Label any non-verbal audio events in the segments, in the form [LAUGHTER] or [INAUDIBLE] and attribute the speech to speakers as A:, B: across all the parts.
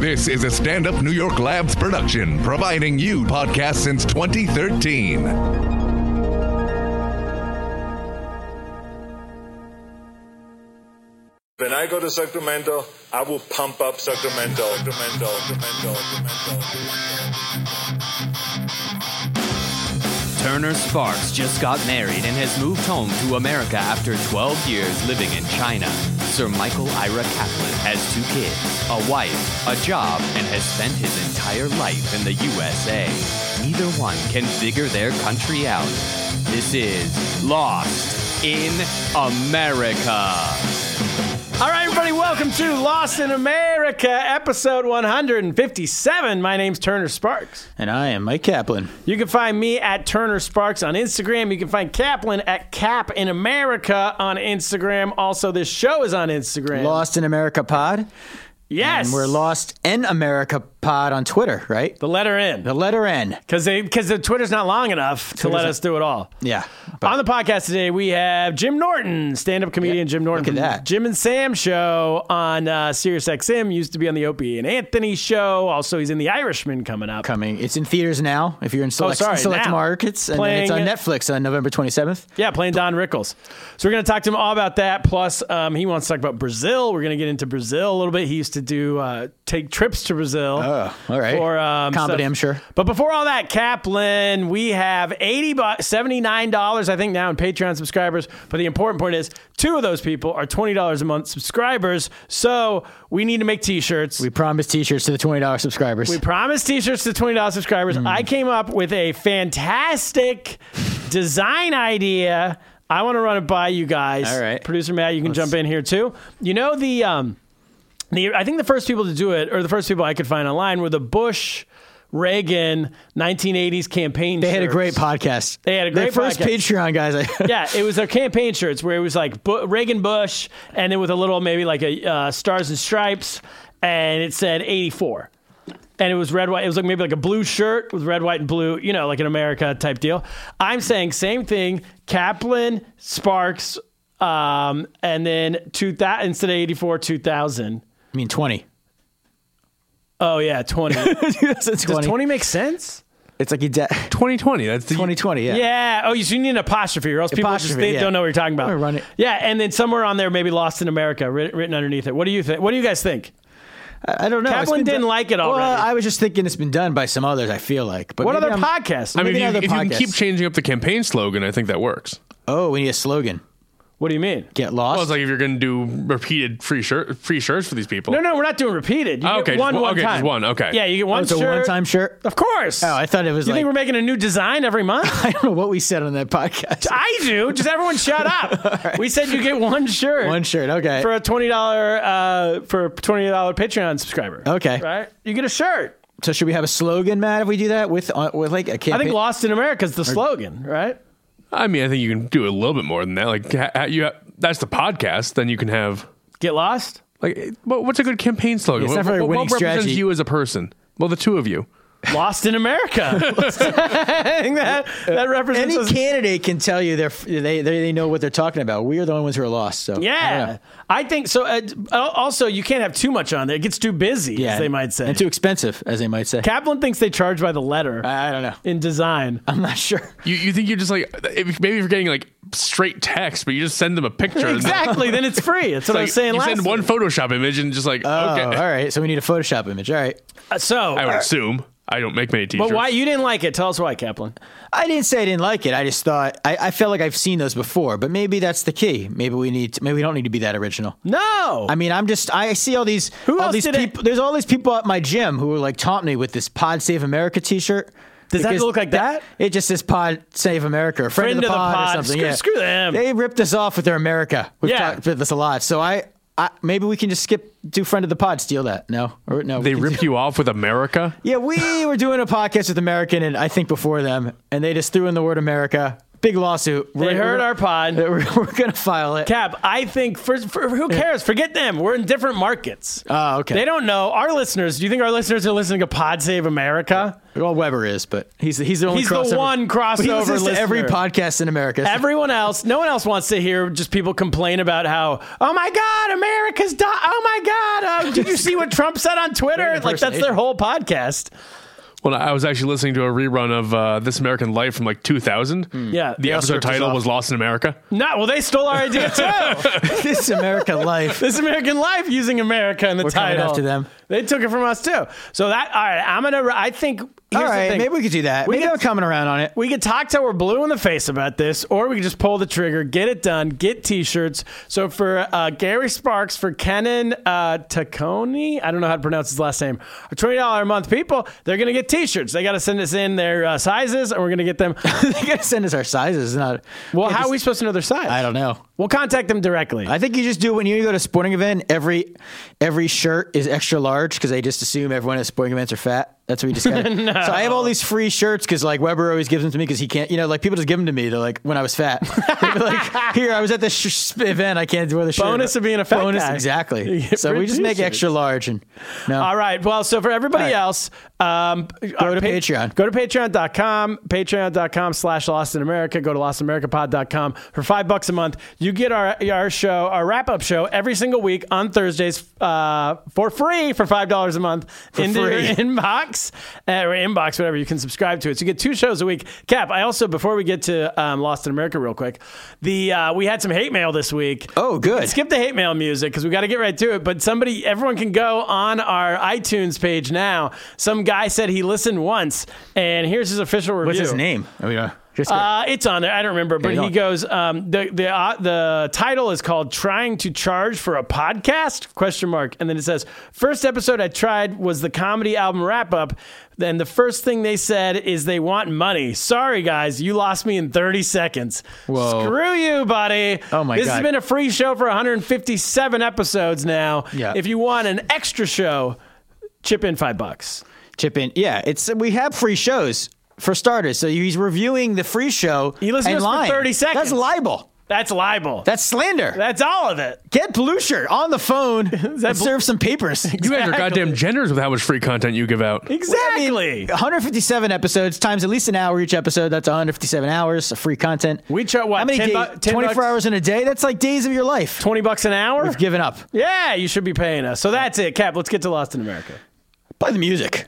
A: This is a stand up New York Labs production, providing you podcasts since 2013.
B: When I go to Sacramento, I will pump up Sacramento. Sacramento, Sacramento, Sacramento,
C: Turner Sparks just got married and has moved home to America after 12 years living in China. Sir Michael Ira Kaplan has two kids, a wife, a job, and has spent his entire life in the USA. Neither one can figure their country out. This is Lost in America.
D: All right, everybody, welcome to Lost in America, episode 157. My name's Turner Sparks.
E: And I am Mike Kaplan.
D: You can find me at Turner Sparks on Instagram. You can find Kaplan at Cap in America on Instagram. Also, this show is on Instagram.
E: Lost in America Pod.
D: yes,
E: And we're Lost in America Pod on Twitter, right?
D: The letter in
E: The letter N.
D: because they because the Twitter's not long enough to let us do it all.
E: Yeah.
D: on the podcast today, we have Jim Norton, stand-up comedian Jim Norton.
E: look at
D: from
E: that.
D: Jim and Sam show on uh, Sirius XM. Used to be on the Opie and Anthony show. Also, he's in The Irishman coming up.
E: Coming. It's in theaters now if you're in select,
D: Oh, sorry,
E: select
D: now.
E: markets. And then it's on
D: Playing-
E: Netflix on November 27th.
D: Yeah, playing Don Rickles. So we're going to talk to him all about that. Plus, um, he wants to talk about Brazil. We're going to get into Brazil a little bit. He used to do uh, take trips to Brazil.
E: Oh, all right.
D: For um,
E: Comedy,
D: stuff.
E: I'm sure.
D: But before all that, Kaplan, we have eighty bucks, seventy nine dollars, I think now in Patreon subscribers. But the important point is, two of those people are twenty dollars a month subscribers. So we need to make T-shirts.
E: We promise t-shirts to the $20 subscribers.
D: We promised t-shirts to twenty dollars subscribers.
E: Mm.
D: I came up with a fantastic design idea. I want to run it by you guys.
E: All right.
D: producer Matt, you can jump in here too. You know the um, the I think the first people to do it, or the first people I could find online, were the Bush. Reagan 1980s campaign.
E: they had a great
D: shirts.
E: podcast.
D: They had a
E: Their
D: great
E: first
D: podcast.
E: Patreon, guys. [LAUGHS] I,
D: Yeah, it was their campaign shirts where it was like Bu- Reagan Bush, and then with a little maybe like a uh, stars and stripes, and it said '84, and it was red white. It was like maybe like a blue shirt with red white and blue, you know, like an America type deal. I'm saying same thing. Kaplan Sparks, um, and then two thousand instead of '84, 2000.
E: I
D: [LAUGHS]
E: mean, 20.
D: Oh yeah, 20. Does
E: 20.
D: 20 make sense?
E: It's like
D: [LAUGHS]
E: you de-
F: 2020. That's the
E: 2020, yeah.
D: Yeah. Oh, you- so you need an apostrophe, or else people just
E: Apostrophe,
D: they
E: yeah.
D: don't know what you're talking about.
E: Or run it.
D: Yeah, and then somewhere on there, maybe "Lost in America" writ- written underneath it. What do you think? What do you guys think?
E: I, I don't know. It's
D: Kaplan
E: been
D: didn't
E: done-
D: like it already.
E: Well, I was just thinking it's been done by some others, I feel like. But
D: What
E: maybe
D: other
E: I'm-
D: podcasts?
F: I mean,
E: Maybe
F: if, you,
E: another
F: if you can
E: podcast.
F: keep changing up the campaign slogan, I think that works.
E: Oh, we need a slogan.
D: what do you mean?
E: Get lost.
F: Well, it's like if you're going to do repeated free shirt, free shirts for these people.
D: No, no, we're not doing repeated. You
F: Oh,
D: get
F: okay, just
D: one
F: one-
D: one
F: okay,
D: time.
F: just one, okay.
D: Yeah, you get one
E: Oh, it's a
D: shirt.
E: one-time shirt. [LAUGHS]
D: Of course.
E: Oh, I thought it was
D: You
E: like
D: think we're making a new design every month?
E: [LAUGHS] I don't know what we said on that podcast.
D: I do. Just everyone shut
E: [LAUGHS]
D: up. We said you get one shirt.
E: One shirt, okay.
D: For a twenty dollar uh, for a twenty dollar Patreon subscriber.
E: Okay.
D: Right? You get a shirt.
E: So should we have a slogan, Matt? If we do that with uh, with like a campaign,
D: I think "Lost in America" is the slogan, right?
F: I mean, I think you can do a little bit more than that. Like ha- ha- you, ha- that's the podcast. Then you can have
D: Get lost.
F: like, what, what's a good campaign slogan?
E: It's not
F: What-
E: very
F: what, what
E: winning
F: represents
E: strategy.
F: you as a person? Well, the two of you.
D: Lost in America. that, that represents
E: any
D: us.
E: candidate can tell you they're, they they they know what they're talking about. We are the only ones who are lost. So I don't
D: Yeah,
E: know.
D: I think so. Uh, also, you can't have too much on there; it gets too busy, as they might say.
E: and too Uh, expensive, as they might say.
D: Kaplan thinks they charge by the letter
E: I I don't know.
D: in design.
E: I'm
D: [LAUGHS]
E: not sure.
F: You, you think you're just like if, maybe you're getting like straight text, but you just send them
D: [LAUGHS]
F: a picture.
D: exactly. then it's free. That's what I
F: Like,
D: was saying
F: you
D: last.
F: send one Photoshop image and just like
E: Oh,
F: okay.
E: all right. So we need a Photoshop image. All right.
D: week. So, uh,
F: I would assume I don't make many t-shirts.
D: but why you didn't like it? Tell us why, Kaplan.
E: I didn't say I didn't like it. I just thought I, I felt like I've seen those before. But maybe that's the key. Maybe we need. To, maybe we don't need to be that original.
D: No,
E: I mean, I'm just I see all these
D: Who
E: all
D: else
E: these
D: did it?
E: people. There's all these people at my gym who are like taunting me with this Pod Save America T-shirt.
D: Does that
E: Because
D: look like that?
E: It just says Pod Save America, or friend, of the, pod, or something.
D: Screw-
E: yeah.
D: screw them.
E: They ripped us off with their America. We've
D: Yeah.
E: talked about this a lot. So I, I maybe we can just skip do friend of the pod, steal that. No, or no,
F: they
E: we can
F: rip
E: do-
F: you off with America?
E: [LAUGHS] Yeah, we were doing a podcast with American, and I think before them, and they just threw in the word America. big lawsuit.
D: They heard
E: [LAUGHS]
D: our pod.
E: We're, we're gonna file it.
D: Cap, I think for, for who cares? Forget them. We're in different markets.
E: Oh, okay.
D: They don't know our listeners. Do you think our listeners are listening to Pod Save America?
E: Well, Weber is, but he's he's the only
D: He's the
E: crossover-
D: one
E: But he
D: crossover
E: listens to every
D: listener.
E: podcast in America. So-
D: Everyone else, no one else wants to hear just people complain about how, oh my God, America's di- oh my God, uh, did you see what Trump said on Twitter?
E: Great
D: Like that's their
E: impersonation.
D: whole podcast.
F: Well, I was actually listening to a rerun of uh, This American Life from like 2000.
D: Yeah.
F: The
D: Yeah,
F: episode
E: script is
F: title
E: off.
F: was Lost in
D: [LAUGHS]
F: America.
D: No, well, they stole our idea too.
E: [LAUGHS] [LAUGHS] this is America life.
D: this American Life using America in the
E: We're coming
D: title.
E: after them.
D: They took it from us too. So that all right, I'm gonna. I think.
E: All
D: here's the
E: right,
D: thing.
E: maybe we could do that.
D: We
E: maybe
D: could-
E: I'm coming around on it.
D: We could talk till we're blue in the face about this, or we could just pull the trigger, get it done, get T-shirts. So for uh, Gary Sparks, for Kenan uh, Tacconi, I don't know how to pronounce his last name, Our twenty dollar a month people, they're gonna get T-shirts. They got to send us in their uh, sizes, and we're gonna
E: [LAUGHS]
D: get them.
E: they gotta send us our sizes. Not
D: Well,
E: Yeah,
D: how
E: just-
D: are we supposed to know their size?
E: I don't know.
D: We'll contact them directly.
E: I think you just do when you go to a sporting event. Every every shirt is extra large because they just assume everyone at sporting events are fat. That's what we just got.
D: [LAUGHS]
E: So I have all these free shirts because like Weber always gives them to me because he can't. You know, like people just give them to me. They're like when I
D: [LAUGHS]
E: was fat. They'd be like here, I was at this sh- sh- event. I can't wear the shirt.
D: Bonus of being a fat
E: Bonus,
D: guy. You
E: exactly.
D: [LAUGHS] get
E: So
D: free
E: we just make
D: t-shirts.
E: extra large and no.
D: All right. Well, so for everybody
E: All right.
D: else, um, go
E: to Patreon.
D: Go to patreon.com, patreon.com slash Lost in America. Go to lostamericapod.com. For five bucks a month, you get our, our show, our wrap up show every single week on Thursdays uh, for free for $5 a month into
E: free.
D: your [LAUGHS] inbox uh, or inbox, whatever. You can subscribe to it. So you get two shows a week. Cap, I also, before we get to um, Lost in America real quick, the uh, we had some hate mail this week.
E: Oh, good.
D: Skip the hate mail music because we got to get right to it. But somebody, everyone can go on our iTunes page now. Some guy said he listened once, and here's his official review.
E: What's his name? Oh, yeah. Just go.
D: Uh, it's on there. I don't remember, but
E: Yeah,
D: he
E: don't-
D: goes. Um, the the uh, the title is called "Trying to Charge for a Podcast?" Question mark. And then it says, first episode I tried was the comedy album wrap up." Then the first thing they said is they want money. Sorry guys, you lost me in 30 seconds.
E: Whoa.
D: Screw you, buddy.
E: Oh, my
D: this has
E: God.
D: been a free show for 157 episodes now.
E: Yeah.
D: If you want an extra show, chip in 5 bucks.
E: chip in. Yeah, it's we have free shows for starters. So he's reviewing the free show.
D: He listened to
E: and
D: us for
E: lying.
D: 30 seconds.
E: That's libel.
D: That's libel.
E: That's slander.
D: That's all of it.
E: Get blue shirt on
D: [LAUGHS]
E: the phone. that
D: bl-
E: serve
D: [LAUGHS]
E: some papers.
F: You guys are goddamn generous with how much free content you give out.
D: Exactly.
E: 157 episodes times at least an hour each episode. That's 157 hours of free content.
D: We try- what,
E: How many
D: 10
E: days?
D: bu- 10
E: 24
D: bucks?
E: hours in a day. That's like days of your life.
D: 20 bucks an hour?
E: I've given up.
D: Yeah, you should be paying us. So that's it, Cap. Let's get to Lost in America.
E: Play the music.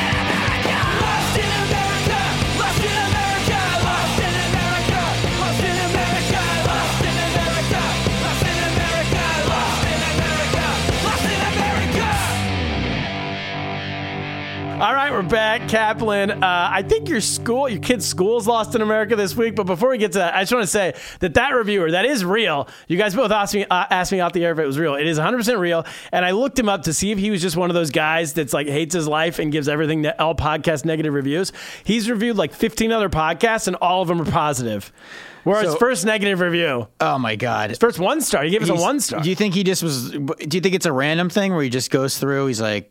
G: Lost in America, lost in America, lost in America, lost in America, lost in America, lost in America, lost in America, lost in America.
D: All right, we're back. Kaplan, uh, I think your school, your kid's school's lost in America this week. But before we get to that, I just want to say that that reviewer, that is real. You guys both asked me, uh, asked me off the air if it was real. It is 100% real. And I looked him up to see if he was just one of those guys that's like hates his life and gives everything, ne- all podcast negative reviews. He's reviewed like 15 other podcasts and all of them are positive. Whereas
E: So-
D: first negative review,
E: Oh my god.
D: first one star, he gave us a
E: He's-
D: one star.
E: Do you think he just was? Do you think it's a random thing where he just goes through? He's like,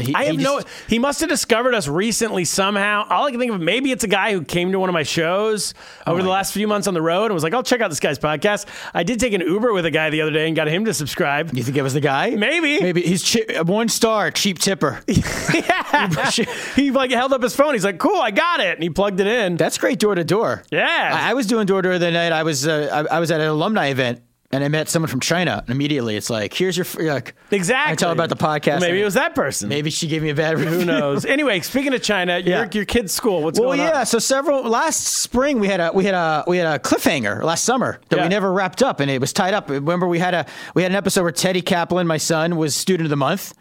E: he,
D: I
E: he
D: have no.
E: just-
D: He must have discovered us recently somehow. All I can think of, maybe it's a guy who came to one of my shows
E: Oh
D: over the last few months on the road and was like, "I'll check out this guy's podcast." I did take an Uber with a guy the other day and got him to subscribe.
E: You think it was the guy?
D: Maybe.
E: Maybe he's chi- one star, cheap tipper.
D: [LAUGHS] he like held up his phone. He's like, "Cool, I got it," and he plugged it in.
E: That's great door to door.
D: Yeah.
E: I, I was doing door to door the night. I was uh, I, I was at an alumni event and I met someone from China. And immediately, it's like, here's your f- like,
D: exactly.
E: I tell her about the podcast.
D: Maybe it was that person.
E: Maybe she gave me a bad review.
D: Who
E: [LAUGHS]
D: knows? anyway, speaking of China,
E: Yeah.
D: your, your kid's school. What's
E: Well,
D: going
E: yeah.
D: on?
E: So several last spring we had a we had a we had a cliffhanger last summer that
D: Yeah.
E: we never wrapped up, and it was tied up. Remember, we had a we had an episode where Teddy Kaplan, my son, was student of the month,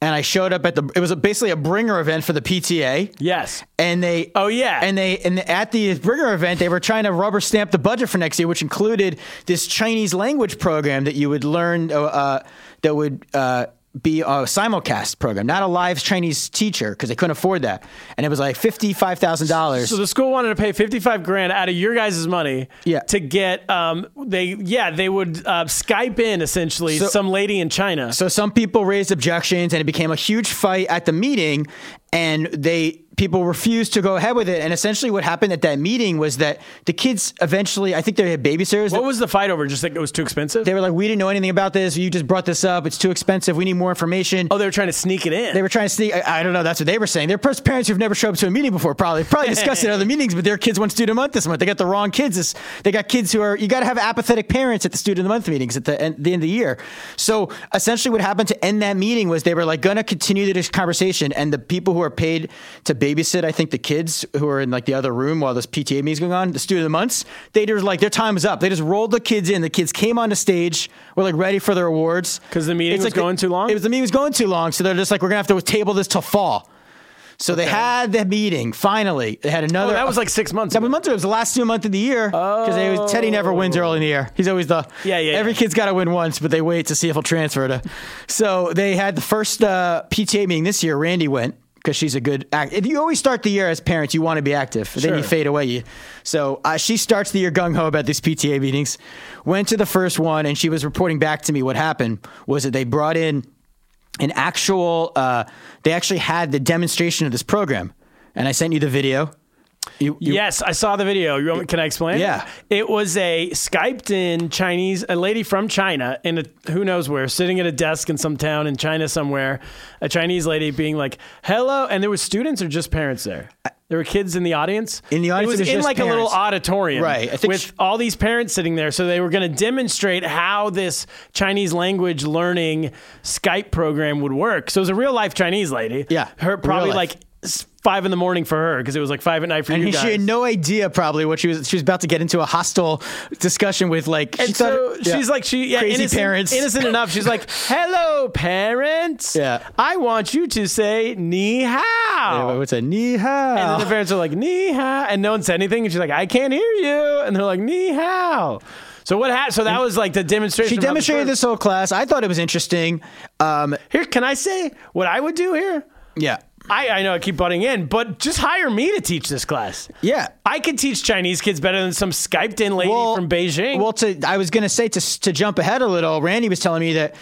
E: and I showed up at the. It was a, basically a bringer event for the PTA.
D: Yes.
E: And they,
D: Oh, yeah.
E: and they, and at the Bringer event, they were trying to rubber stamp the budget for next year, which included this Chinese language program that you would learn uh, uh, that would uh, be a simulcast program, not a live Chinese teacher because they couldn't afford that, and it was like fifty five thousand dollars.
D: So the school wanted to pay fifty-five grand out of your guys' money
E: Yeah.
D: to get um they yeah they would uh, Skype in essentially
E: So-
D: some lady in China.
E: So some people raised objections, and it became a huge fight at the meeting, and they people refused to go ahead with it. And essentially, what happened at that meeting was that the kids eventually, I think they had babysitters.
D: what was the fight over? Just that it was too expensive.
E: they were like, "We didn't know anything about this. You just brought this up. It's too expensive. We need more information."
D: oh, they were trying to sneak it in.
E: They were trying to sneak. I, I don't know. That's what they were saying. They're pers- parents who've never showed up to a meeting before. Probably probably discussed it at other meetings, but their kids want student of the month this month. They got the wrong kids. This, they got kids who are. You got to have apathetic parents at the student of the month meetings at the end, the end of the year. So essentially, what happened to end that meeting was they were like going to continue this conversation, and the people who are paid to babysit, I think the kids who are in like the other room while this PTA meeting's going on, the student of the months, they just like their time is up. They just rolled the kids in. The kids came on the stage, were like ready for their awards
D: 'Cause the meeting was going too long?
E: It was the meeting was going too long, so they're just like, we're gonna have to table this till fall. So they had the meeting finally. They had
D: oh,
E: another.
D: that was like six months.
E: Seven
D: ago.
E: months ago. It was the last two month of the year because Teddy never wins early in the year. He's always the
D: Yeah, yeah,
E: Every
D: yeah.
E: kid's got to win once, but they wait to see if he'll transfer to. So they had the first uh, PTA meeting this year. Randy went because she's a good. Act- if you always start the year as parents, you want to be active. Then you
D: Sure.
E: fade away. You so uh, she starts the year gung ho about these PTA meetings. Went to the first one and she was reporting back to me what happened was that they brought in an actual. Uh, they actually had the demonstration of this program, and I sent you the video. You, you-
D: yes, I saw the video. You want, can I explain?
E: Yeah.
D: It was a Skyped in Chinese, a lady from China in a, who knows where, sitting at a desk in some town in China somewhere, a Chinese lady being like, hello. And there were students or just parents there? There were kids in the audience.
E: In the
D: it
E: audience,
D: was,
E: it was
D: in
E: just
D: like a little
E: parents.
D: auditorium,
E: Right, I think
D: with
E: sh-
D: all these parents sitting there, so they were going to demonstrate how this Chinese language learning Skype program would work. So it was a real life Chinese lady.
E: Yeah,
D: her
E: real
D: probably
E: life.
D: like s- five in the morning for her because it was like five at night for you
E: and
D: guys.
E: she had no idea probably what she was. She was about to get into a hostile discussion with like. she
D: And so
E: thought- yeah.
D: she's like, she yeah,
E: Crazy
D: innocent,
E: parents.
D: innocent enough. She's
E: [LAUGHS]
D: like, "Hello, parents.
E: Yeah.
D: I want you to say ni hao."
E: Anyway, what's a knee
D: and then the parents are like, "Ni hao," and no one said anything. And she's like, "I can't hear you," and they're like, "Ni hao." So what happened? So that was like the demonstration.
E: She
D: about the
E: demonstrated
D: first-
E: this whole class. I thought it was interesting. Um,
D: Here, can I say what I would do here?
E: yeah,
D: I, I know I keep butting in, but just hire me to teach this class.
E: yeah.
D: I could teach Chinese kids better than some Skyped in lady from Beijing.
E: Well, to I was gonna say to to jump ahead a little. Randy was telling me that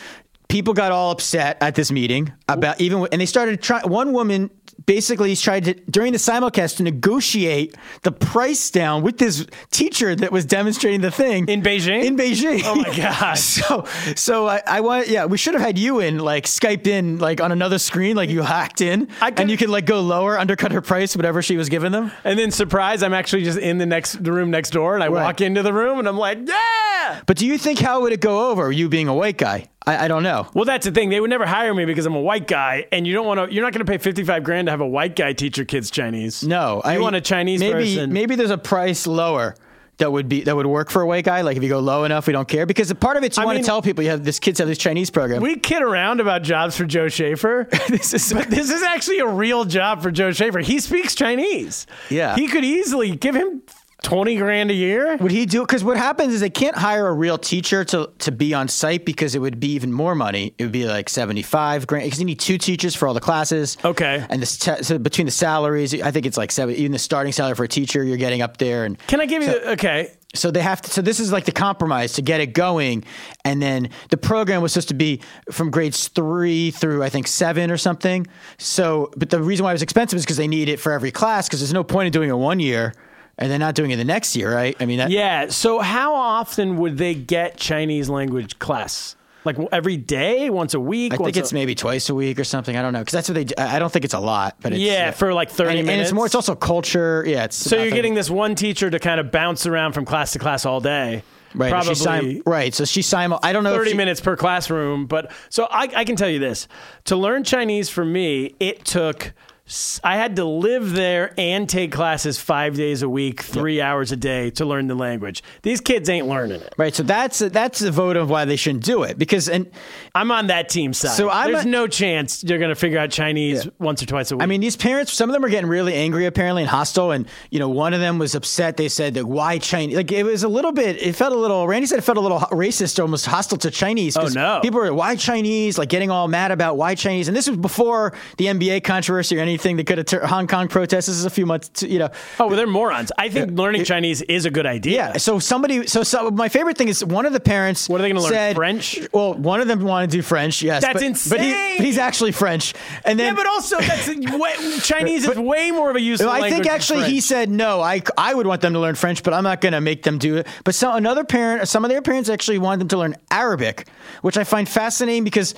E: people got all upset at this meeting about even and they started trying. One woman basically tried to during the simulcast to negotiate the price down with this teacher that was demonstrating the thing
D: In Beijing?
E: In Beijing.
D: Oh [LAUGHS] my God.
E: so so I, I want yeah we should have had you in like Skyped in like on another screen like you hacked in
D: I could-
E: and you could like go lower undercut her price whatever she was giving them.
D: And then surprise, I'm actually just in the next the room next door, and I
E: Right.
D: walk into the room and I'm like, yeah.
E: But do you think how would it go over you being a white guy? I, I don't know.
D: Well, that's the thing. They would never hire me because I'm a white guy, and you don't want to. You're not going to pay 55 grand to have a white guy teach your kids Chinese.
E: No, I
D: you
E: mean,
D: want a Chinese
E: maybe,
D: person.
E: Maybe there's a price lower that would be that would work for a white guy. Like if you go low enough, we don't care because a part of it you
D: I
E: want
D: mean-
E: to tell people you have this kids have this Chinese program.
D: we kid around about jobs for Joe Schaefer.
E: [LAUGHS] this is
D: But this is actually a real job for Joe Schaefer. He speaks Chinese.
E: Yeah.
D: He could easily give him 20 grand a year.
E: would he do? Because what happens is they can't hire a real teacher to to be on site because it would be even more money. It would be like seventy five grand because you need two teachers for all the classes.
D: Okay.
E: and this te- so between the salaries, I think it's like seven. Even the starting salary for a teacher, you're getting up there and
D: Can I give you the. Okay.
E: so they have to so this is like the compromise to get it going and then the program was supposed to be from grades three through i think seven or something so but the reason why it was expensive is because they need it for every class because there's no point in doing it one year and then not doing it the next year right i mean that,
D: Yeah. So how often would they get Chinese language class? Like w- every day, once a week.
E: i
D: once
E: think
D: a-
E: it's maybe twice a week or something i don't know because that's what they do. i I don't think it's a lot but it's,
D: yeah, for like thirty
E: and,
D: minutes.
E: and it's more it's also culture yeah it's
D: so you're
E: nothing.
D: getting this one teacher to kind of bounce around from class to class all day.
E: right
D: Probably
E: she sim- right so she simul i don't know if
D: 30
E: she-
D: minutes per classroom. But so I, I can tell you this to learn Chinese for me, it took s- I had to live there and take classes five days a week, three hours a day to learn the language. These kids ain't learning it.
E: Right. So that's that's the vote of why they shouldn't do it because and
D: I'm on that team side.
E: So I'm
D: There's
E: a-
D: no chance you're going to figure out Chinese
E: Yeah.
D: once or twice a week.
E: I mean, these parents, some of them are getting really angry apparently and hostile. And, you know, one of them was upset. They said that why Chinese? Like, it was a little bit, it felt a little, Randy said it felt a little ho- racist, almost hostile to Chinese. 'cause
D: Oh, no.
E: People were, why Chinese? Like, getting all mad about why Chinese. And this was before the NBA controversy or anything that could have tur Hong Kong protests. This is a few months, you know.
D: oh, well, they're morons. I think learning
E: It-
D: Chinese is a good idea.
E: Yeah. So somebody, so, so my favorite thing is one of the parents.
D: What are they gonna learn,
E: said-
D: French?
E: Well, one of them wanted to do French. Yes.
D: That's
E: but, But, he,
D: insane!
E: but he's actually French. And
D: Yeah,
E: then
D: but also
E: [LAUGHS]
D: that's way, Chinese is way more of a useful.
E: No, I
D: language
E: think
D: than
E: actually he
D: French.
E: said no. I, I would want them to learn French, but I'm not going to make them do it. But some another parent, some of their parents actually wanted them to learn Arabic, which I find fascinating because,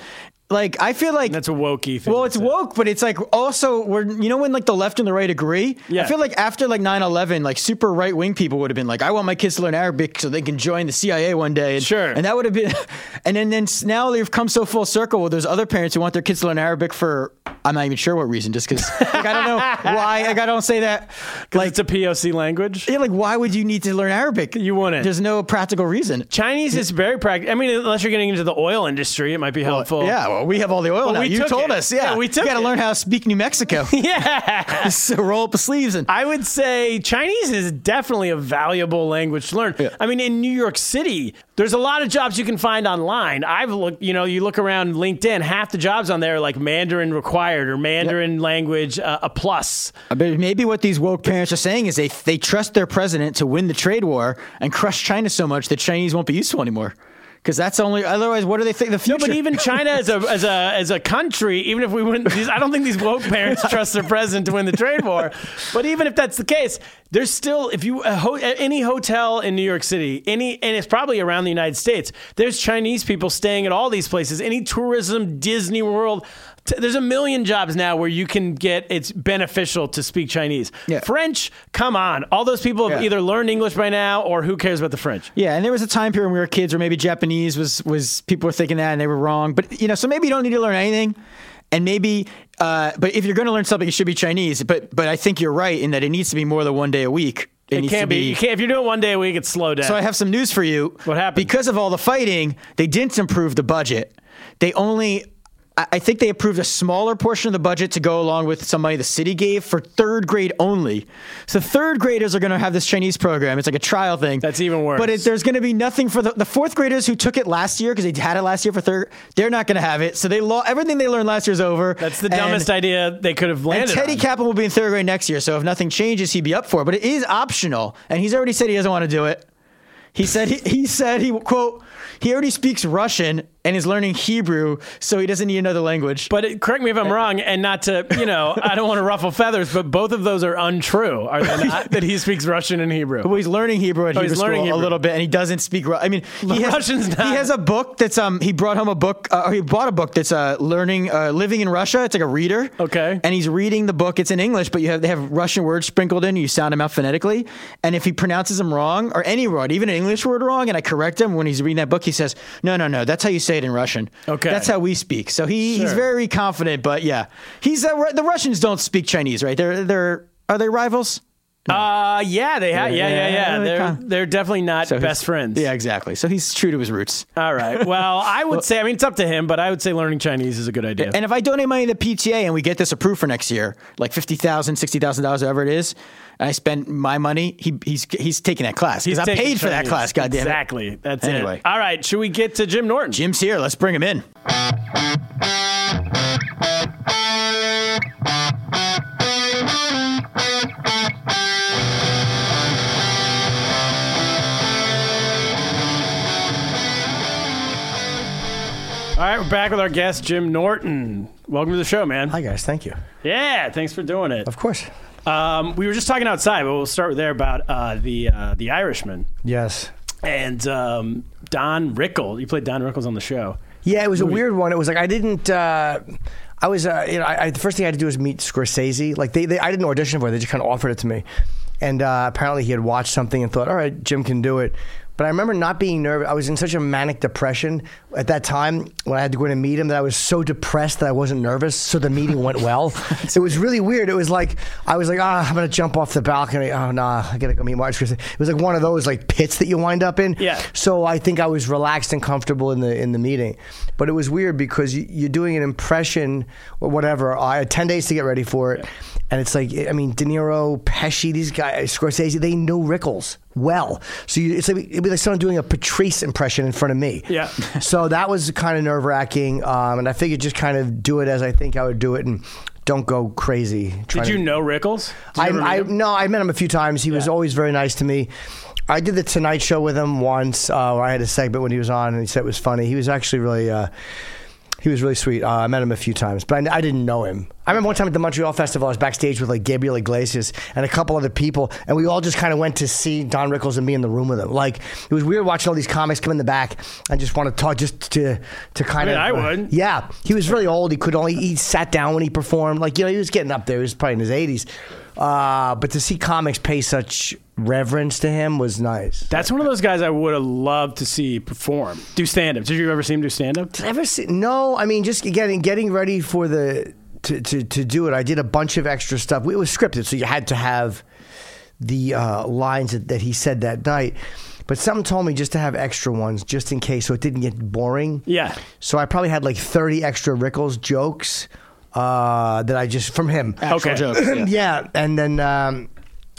E: like, I feel like
D: that's a wokey thing.
E: well,
D: to
E: it's
D: say.
E: woke, but it's like also we're you know when like the left and the right agree.
D: Yeah.
E: I feel like after like 9-11, like super right wing people would have been like, I want my kids to learn Arabic so they can join the CIA one day. And,
D: Sure.
E: And that would have been, [LAUGHS] and then then s- now they've come so full circle. Well, there's other parents who want their kids to learn Arabic for I'm not even sure what reason, just because like I don't
D: [LAUGHS]
E: know why. Like I don't say that. Like
D: it's a POC language.
E: yeah, like why would you need to learn Arabic?
D: You wouldn't.
E: There's no practical reason.
D: Chinese is very practical. I mean, unless you're getting into the oil industry, it might be helpful.
E: Yeah, well, we have all the oil
D: Well,
E: now.
D: we
E: You
D: took
E: told
D: it.
E: us. Yeah,
D: Yeah, we took
E: You got
D: it.
E: to learn how to speak New Mexico.
D: [LAUGHS] [LAUGHS] yeah.
E: [LAUGHS] so roll up the sleeves and
D: I would say Chinese is definitely a valuable language to learn.
E: Yeah.
D: I mean, in New York City, there's a lot of jobs you can find online. I've looked, you know, you look around LinkedIn, half the jobs on there are like Mandarin required or Mandarin language uh, a plus.
E: But maybe what these woke parents are saying is they they trust their president to win the trade war and crush China so much that Chinese won't be useful anymore. Because that's only otherwise, what do they think the future?
D: No, but even China as a as a as a country, even if we wouldn't, these, I don't think these woke
E: [LAUGHS]
D: parents trust their president to win the trade war. But even if that's the case, there's still if you a ho- any hotel in New York City, any and it's probably around the United States, there's Chinese people staying at all these places. Any tourism, Disney World. t- There's a million jobs now where you can get it's beneficial to speak Chinese.
E: Yeah.
D: French, come on. All those people have
E: Yeah.
D: either learned English by now or who cares about the French?
E: yeah, and there was a time period when we were kids where maybe Japanese was was people were thinking that and they were wrong. But you know, so maybe you don't need to learn anything, and maybe. Uh, but if you're going to learn something, it should be Chinese. But but I think you're right in that it needs to be more than one day a week. It,
D: It
E: needs to
D: can't be,
E: be
D: you can't if you're doing it one day a week, it's slow down.
E: So I have some news for you.
D: What happened?
E: Because of all the fighting, they didn't improve the budget. They only, I I think they approved a smaller portion of the budget to go along with some money the city gave for third grade only. So third graders are going to have this Chinese program. It's like a trial thing.
D: That's even worse.
E: But it, there's going to be nothing for the, the fourth graders who took it last year because they had it last year for third. They're not going to have it. So they lo- everything they learned last year is over.
D: That's the dumbest
E: And-
D: idea they could have
E: and
D: landed.
E: Teddy
D: on.
E: Kaplan will be in third grade next year, so if nothing changes, he'd be up for it. But it is optional, and he's already said he doesn't want to do it. He said he, he said he quote he already speaks Russian and is learning Hebrew, so he doesn't need another language.
D: but it- correct me
E: Eh.
D: if I'm wrong, and not to you know, I don't want to ruffle feathers, but both of those are untrue. Are
E: [LAUGHS]
D: they not? that he speaks Russian and Hebrew.
E: Well, he's learning Hebrew at
D: Oh, he's
E: Hebrew school
D: learning Hebrew.
E: a little bit, and he doesn't speak. Ru- I mean, he has,
D: Russian's not-
E: He has a book that's um. He brought home a book, uh, or he bought a book that's uh learning uh, living in Russia. It's like a reader.
D: Okay.
E: And he's reading the book. It's in English, but you have they have Russian words sprinkled in. You sound them out phonetically, and if he pronounces them wrong or any word, even an English word wrong, and I correct him when he's reading that book, he says, "No, no, no. That's how you say it in Russian.
D: Okay.
E: That's how we speak." So he he's
D: Sure.
E: very confident, but yeah, he's uh, the Russians don't speak Chinese, right? They're they're are they rivals?
D: Uh yeah, they have. Yeah, yeah, yeah.
E: Yeah, they
D: They're
E: come.
D: they're definitely not
E: So
D: best
E: he's-
D: friends.
E: Yeah, exactly. So he's true to his roots.
D: All
E: [LAUGHS]
D: right. Well, I would say. I mean, it's up to him, but I would say learning Chinese is a good idea.
E: And if I donate money to PTA and we get this approved for next year, like $50,000, $60,000, whatever it is, and I spend my money, he, he's he's taking that class. Because I
D: taking
E: paid for that
D: Chinese.
E: class, goddamn
D: Exactly. That's
E: Anyway.
D: it. All right. Should we get to Jim Norton?
E: Jim's here. Let's bring him in.
D: All right. We're back with our guest, Jim Norton. Welcome to the show, man.
H: Hi guys, thank you.
D: Yeah. Thanks for doing it.
H: Of course.
D: Um, we were just talking outside, but we'll start there about uh, the uh, the Irishman.
H: Yes.
D: and um, Don Rickles. You played Don Rickles on the show.
H: Yeah, it was a weird one. It was like I didn't. Uh, I was. Uh, you know, I, I, the first thing I had to do was meet Scorsese. Like they, they I didn't audition for it. They just kind of offered it to me, and uh, apparently he had watched something and thought, all right, Jim can do it. But I remember not being nervous. I was in such a manic depression at that time when I had to go in and meet him that I was so depressed that I wasn't nervous. So the meeting went well. it was really weird. It was like I was like, ah, I'm gonna jump off the balcony. Oh nah, I gotta go meet Martin Scorsese. It was like one of those like pits that you wind up in.
D: Yeah.
H: So I think I was relaxed and comfortable in the in the meeting, but it was weird because you, you're doing an impression or whatever. uh, I had ten days to get ready for it, and it's like I mean De Niro, Pesci, these guys, Scorsese, they know Rickles well. So you, it's like it'd be like someone doing a Patrice impression in front of me.
D: Yeah.
H: [LAUGHS] so that was kind of nerve wracking, um, and I figured just kind of do it as I think I would do it and. Don't go crazy. trying
D: Did
H: to-
D: you know Rickles? Did you
H: I,
D: ever meet
H: I
D: him?
H: no, I met him a few times. He was always very nice to me. I did the Tonight Show with him once. Uh, where I had a segment when he was on, and he said it was funny. He was actually really. Uh, he was really sweet. Uh, I met him a few times, but I, I didn't know him. I remember one time at the Montreal Festival, I was backstage with like Gabriel Iglesias and a couple other people, and we all just kind of went to see Don Rickles and be in the room with him. Like it was weird watching all these comics come in the back and just want to talk, just to to kind
D: mean,
H: of.
D: I
H: uh,
D: would.
H: yeah, he was really old. He could only he sat down when he performed. Like you know, he was getting up there. He was probably in his eighties. Uh, but to see comics pay such reverence to him was nice.
D: That's one of those guys I would have loved to see perform, do stand up. Did you ever see him do stand up?
H: Did I ever see? No, I mean, just getting getting ready for the to, to to do it. I did a bunch of extra stuff. It was scripted, so you had to have the uh, lines that, that he said that night. But something told me just to have extra ones, just in case, so it didn't get boring.
D: Yeah.
H: So I probably had like 30 extra Rickles jokes uh, that I just from him.
D: Okay. [LAUGHS]
H: yeah. and then um,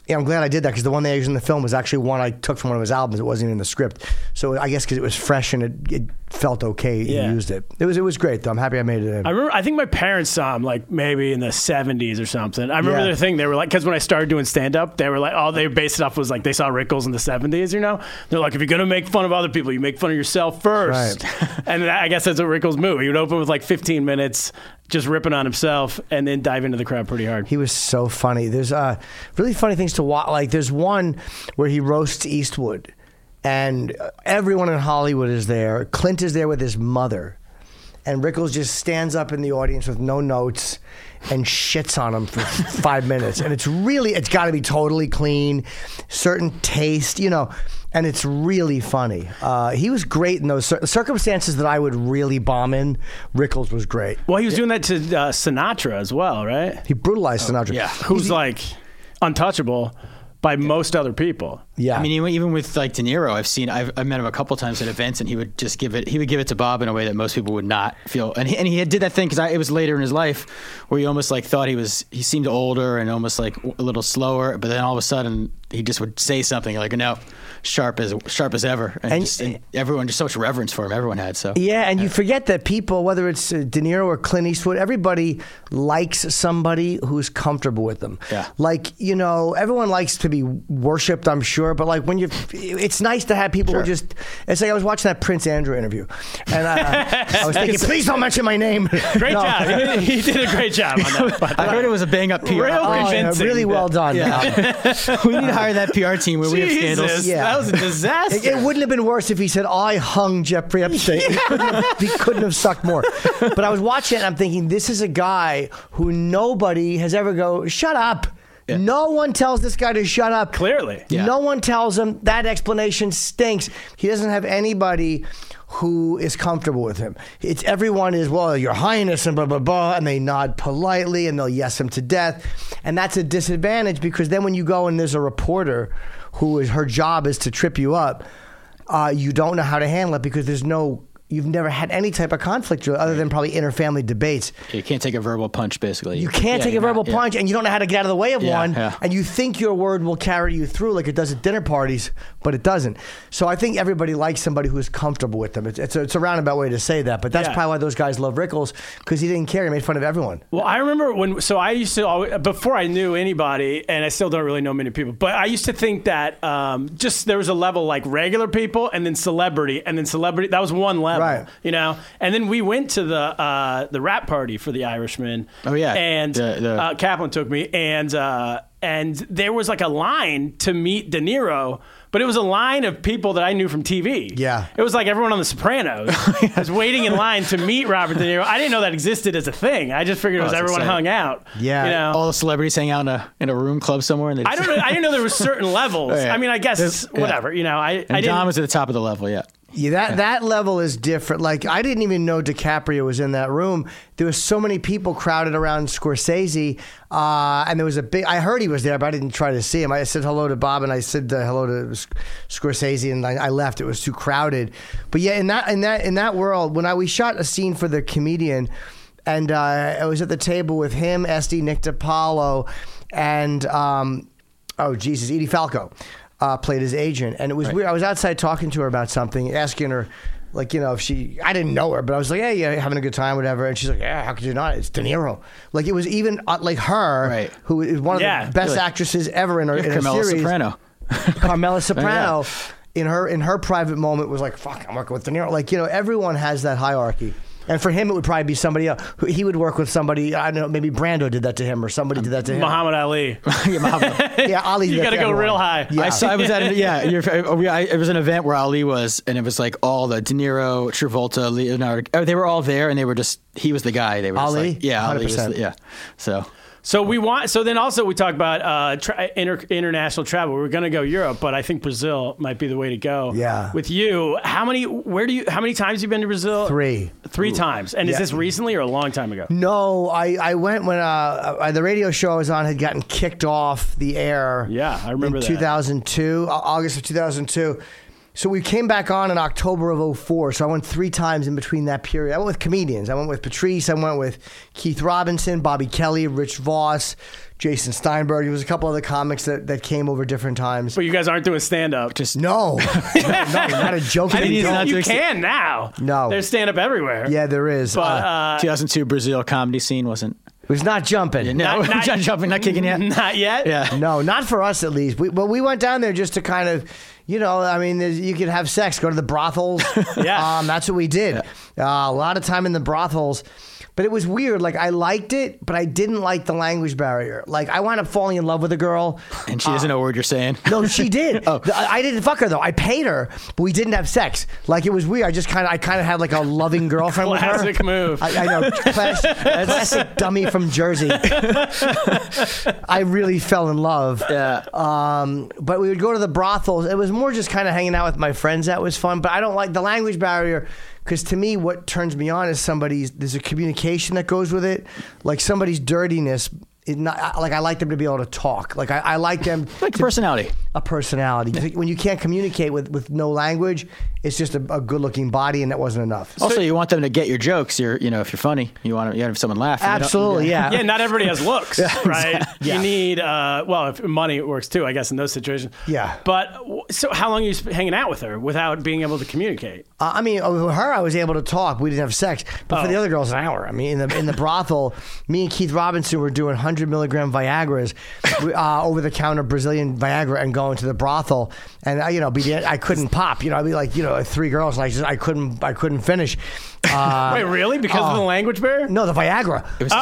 H: yeah, I'm glad I did that because the one they used in the film was actually one I took from one of his albums. It wasn't even in the script, so I guess because it was fresh and it, it felt okay,
D: Yeah.
H: he used it. It was it was great though. I'm happy I made it. In.
D: I remember. I think my parents saw him like maybe in the '70s or something. I remember
H: Yeah.
D: their thing. They were like, because when I started doing stand up, they were like, all they based it off was like they saw Rickles in the '70s. You know, they're like, if you're gonna make fun of other people, you make fun of yourself first.
H: [LAUGHS]
D: and that, I guess that's what Rickles moved. He would open with like 15 minutes just ripping on himself, and then dive into the crowd pretty hard.
H: He was so funny. There's uh, really funny things to watch. Like there's one where he roasts Eastwood, and uh, everyone in Hollywood is there. Clint is there with his mother, and Rickles just stands up in the audience with no notes and shits on him for [LAUGHS] five minutes. And it's really, it's got to be totally clean, certain taste, you know. And it's really funny. Uh, he was great in those cir- circumstances that I would really bomb in. Rickles was great.
D: well, he was doing that to uh, Sinatra as well, right?
H: He brutalized Sinatra.
E: Oh, yeah.
D: Who's like untouchable by most other people.
H: yeah.
E: I mean, even- even with like De Niro, I've seen, I've, I've met him a couple times at events, and he would just give it, he would give it to Bob in a way that most people would not feel. And he, and he had did that thing because it was later in his life where you almost like thought he was, he seemed older and almost like a little slower, but then all of a sudden he just would say something like, "No, sharp as sharp as ever," and,
H: And-
E: just, and everyone just so much reverence for him. Everyone had so.
H: Yeah, and you forget that people, whether it's uh, De Niro or Clint Eastwood, everybody likes somebody who's comfortable with them.
E: Yeah.
H: Like, you know, everyone likes to be worshipped, I'm sure, but like when you, it's nice to have people who just, it's like I was watching that Prince Andrew interview, and uh,
E: [LAUGHS]
H: I was thinking, please don't mention my name.
D: Great
H: No. uh,
D: job. He
H: [LAUGHS]
D: did, he did a great job on that.
E: I heard it was a bang up PR.
D: Real-
H: Oh, yeah,
D: Convincing.
H: really well done. Bob.
E: we need to hire that PR team where we have
D: Jesus,
E: scandals.
H: Yeah.
D: that was a disaster.
H: It, it wouldn't have been worse if he said, I hung Jeffrey Epstein. he, couldn't have, he couldn't have sucked more. But I was watching it and I'm thinking, this is a guy who nobody has ever go, shut up. No one tells this guy to shut up.
D: Clearly.
E: Yeah.
H: No one tells him that explanation stinks. He doesn't have anybody who is comfortable with him. It's everyone is, well, your highness and blah blah blah and they nod politely and they'll yes him to death. And that's a disadvantage because then when you go and there's a reporter who is her job is to trip you up, uh, you don't know how to handle it because there's no you've never had any type of conflict other than probably inter family debates.
E: You can't take a verbal punch, basically.
H: You
E: Yeah,
H: can't take a
E: you're not-
H: verbal
E: yeah.
H: punch, and you don't know how to get out of the way of
E: Yeah,
H: one.
E: yeah.
H: And you think your word will carry you through, like it does at dinner parties, but it doesn't. So I think everybody likes somebody who is comfortable with them. It's, it's, a, it's a roundabout way to say that, but that's
D: Yeah.
H: probably why those guys love Rickles because he didn't care. He made fun of everyone.
D: Well, I remember when, so I used to, always, before I knew anybody, and I still don't really know many people, but I used to think that um, just there was a level like regular people and then celebrity, and then celebrity, that was one level.
H: Right.
D: You know, and then we went to the uh, the rap party for the Irishman.
E: Oh, yeah.
D: and
E: The- the-
D: Uh, Kaplan took me, and uh, and there was like a line to meet De Niro. But it was a line of people that I knew from TV.
H: Yeah.
D: It was like everyone on The Sopranos
E: [LAUGHS]
D: was waiting in line to meet Robert De Niro. I didn't know that existed as a thing. I just figured it was
E: that's
D: everyone
E: exciting.
D: hung out.
H: Yeah.
D: You know?
E: All the celebrities hang out in a in a room club somewhere, and they
D: I don't know. I didn't know there were
H: [LAUGHS]
D: certain levels.
E: Oh, yeah.
D: I mean, I guess
E: There's- yeah.
D: whatever. You know, I I
E: And
D: didn't.
E: Dom is at the top of the level. Yeah.
H: Yeah, that that level is different. Like I didn't even know DiCaprio was in that room. There was so many people crowded around Scorsese, uh, and there was a big. I heard he was there, but I didn't try to see him. I said hello to Bob, and I said uh, hello to S- Scorsese, and I, I left. It was too crowded. But yeah, in that in that in that world, when I we shot a scene for the comedian, and uh, I was at the table with him, SD, Nick DiPaolo, and. Um, oh Jesus, Edie Falco uh, played his agent, and it was weird. I was outside talking to her about something, asking her. Like you know, if she, I didn't know her, but I was like, "Hey, you having a good time, whatever." And she's like, "Yeah, how could you not? It's De Niro." Like it was even uh, like her,
E: Right.
H: who is one of
D: Yeah.
H: the best
E: Really.
H: actresses ever in her, in her
E: Carmela
H: series.
E: Soprano.
H: [LAUGHS]
E: [LAUGHS]
H: Carmela Soprano, in her in her private moment, was like, "Fuck, I'm working with De Niro." Like you know, everyone has that hierarchy, and for him, it would probably be somebody else. Who- He would work with somebody. I don't know, maybe Brando did that to him, or somebody did that to him.
D: Muhammad Ali.
E: yeah, Muhammad.
H: [LAUGHS] Yeah,
D: [LAUGHS]
H: Ali. did
D: You
H: that
D: got
H: to
D: to go
H: everyone.
D: real high.
H: Yeah.
E: I saw. I was at. An, yeah, you're, oh, yeah, I, it was an event where Ali was, and it was like all the De Niro, Travolta, Leonardo. oh, They were all there, and they were just. He was the guy. They were just
H: Ali?
E: like, yeah, Ali was.
H: 100%.
E: the- Yeah, so
D: So we want. So then also we talk about uh, tra- inter- international travel. We We're going to go Europe, but I think Brazil might be the way to go.
H: Yeah.
D: With you, how many? Where do you? How many times you been to Brazil?
H: Three.
D: Three times. And is
H: Yeah.
D: this recently or a long time
H: [LAUGHS]
D: ago?
H: No, I, I went when uh, uh, the radio show I was on had gotten kicked off the air.
D: Yeah, I remember
H: in
D: that.
H: 2002, Au- uh, August of 2002. So we came back on in October of 04. So I went three times in between that period. I went with comedians. I went with Patrice. I went with Keith Robinson, Bobby Kelly, Rich Voss, Jason Steinberg. There was a couple other comics that, that came over different times.
D: But you guys aren't doing stand up. Just
H: no, [LAUGHS] no, no, not a
D: [LAUGHS]
H: joke.
D: I mean,
E: Comedians
D: you,
E: not
D: you
E: doing sta-
D: can now.
H: No.
D: There's stand up everywhere.
H: yeah, there is.
D: But
H: Uh,
D: uh,
E: 2002 Brazil comedy scene wasn't.
H: it was not
E: [LAUGHS]
H: jumping.
E: No,
D: Not- not-
E: John jumping, Oh, not kicking
D: [LAUGHS]
E: yet.
D: not yet.
E: Yeah.
H: No, not for us at least. We, well, we went down there just to kind of, you know, I mean, there's- you could have sex, go to the brothels.
D: [LAUGHS] Yeah.
H: Um, that's what we did. Uh, a lot of time in the brothels. But it was weird. Like, I liked it, but I didn't like the language barrier. Like, I wound up falling in love with a girl.
E: And
D: Uh,
E: she doesn't know a word you're saying.
H: No,
D: [LAUGHS]
H: she did.
E: Oh.
H: The- I I didn't fuck her though. I paid her, but we didn't have sex. Like it was weird. I just kind of, I kind of had like a
D: [LAUGHS]
H: loving girlfriend with her.
D: Classic move.
H: I, I know,
E: [LAUGHS]
H: class, classic dummy from Jersey. I really fell in love.
E: Yeah.
H: Um, but we would go to the brothels. It was more just kind of hanging out with my friends. That was fun. But I don't like the language barrier because to me, what turns me on is somebody's. There's a communication that goes with it, like somebody's dirtiness. Is not, I- like I like them to be able to talk. Like I, I like them
E: [LAUGHS] [LAUGHS] Like personality.
H: a personality. When you can't communicate with, with no language, it's just a, a good looking body, and that wasn't enough.
E: Also, you want them to get your jokes. You're, you know, if you're funny, you want to, you want to have someone laugh. You don't-
H: Absolutely, yeah.
D: yeah, not everybody
E: [LAUGHS]
D: has looks, right? You need, uh, well, if money works too, I guess, in those situations.
H: Yeah.
D: But w- so, how long are you sp- hanging out with her without being able to communicate?
H: Uh, I mean, uh, with her, I was able to talk. We didn't have sex, but for
D: Oh.
H: the other girls, an hour. I mean, in the in the brothel, me and Keith Robinson were doing hundred milligram Viagra's, uh, over the counter Brazilian Viagra, and going to the brothel. And I, you know, be the, I couldn't pop. You know, I'd be like, you know, three girls, and I just I couldn't I couldn't finish. Uh,
D: [LAUGHS] Wait, really? Because of the language barrier?
H: no, the Viagra. It was
D: Oh,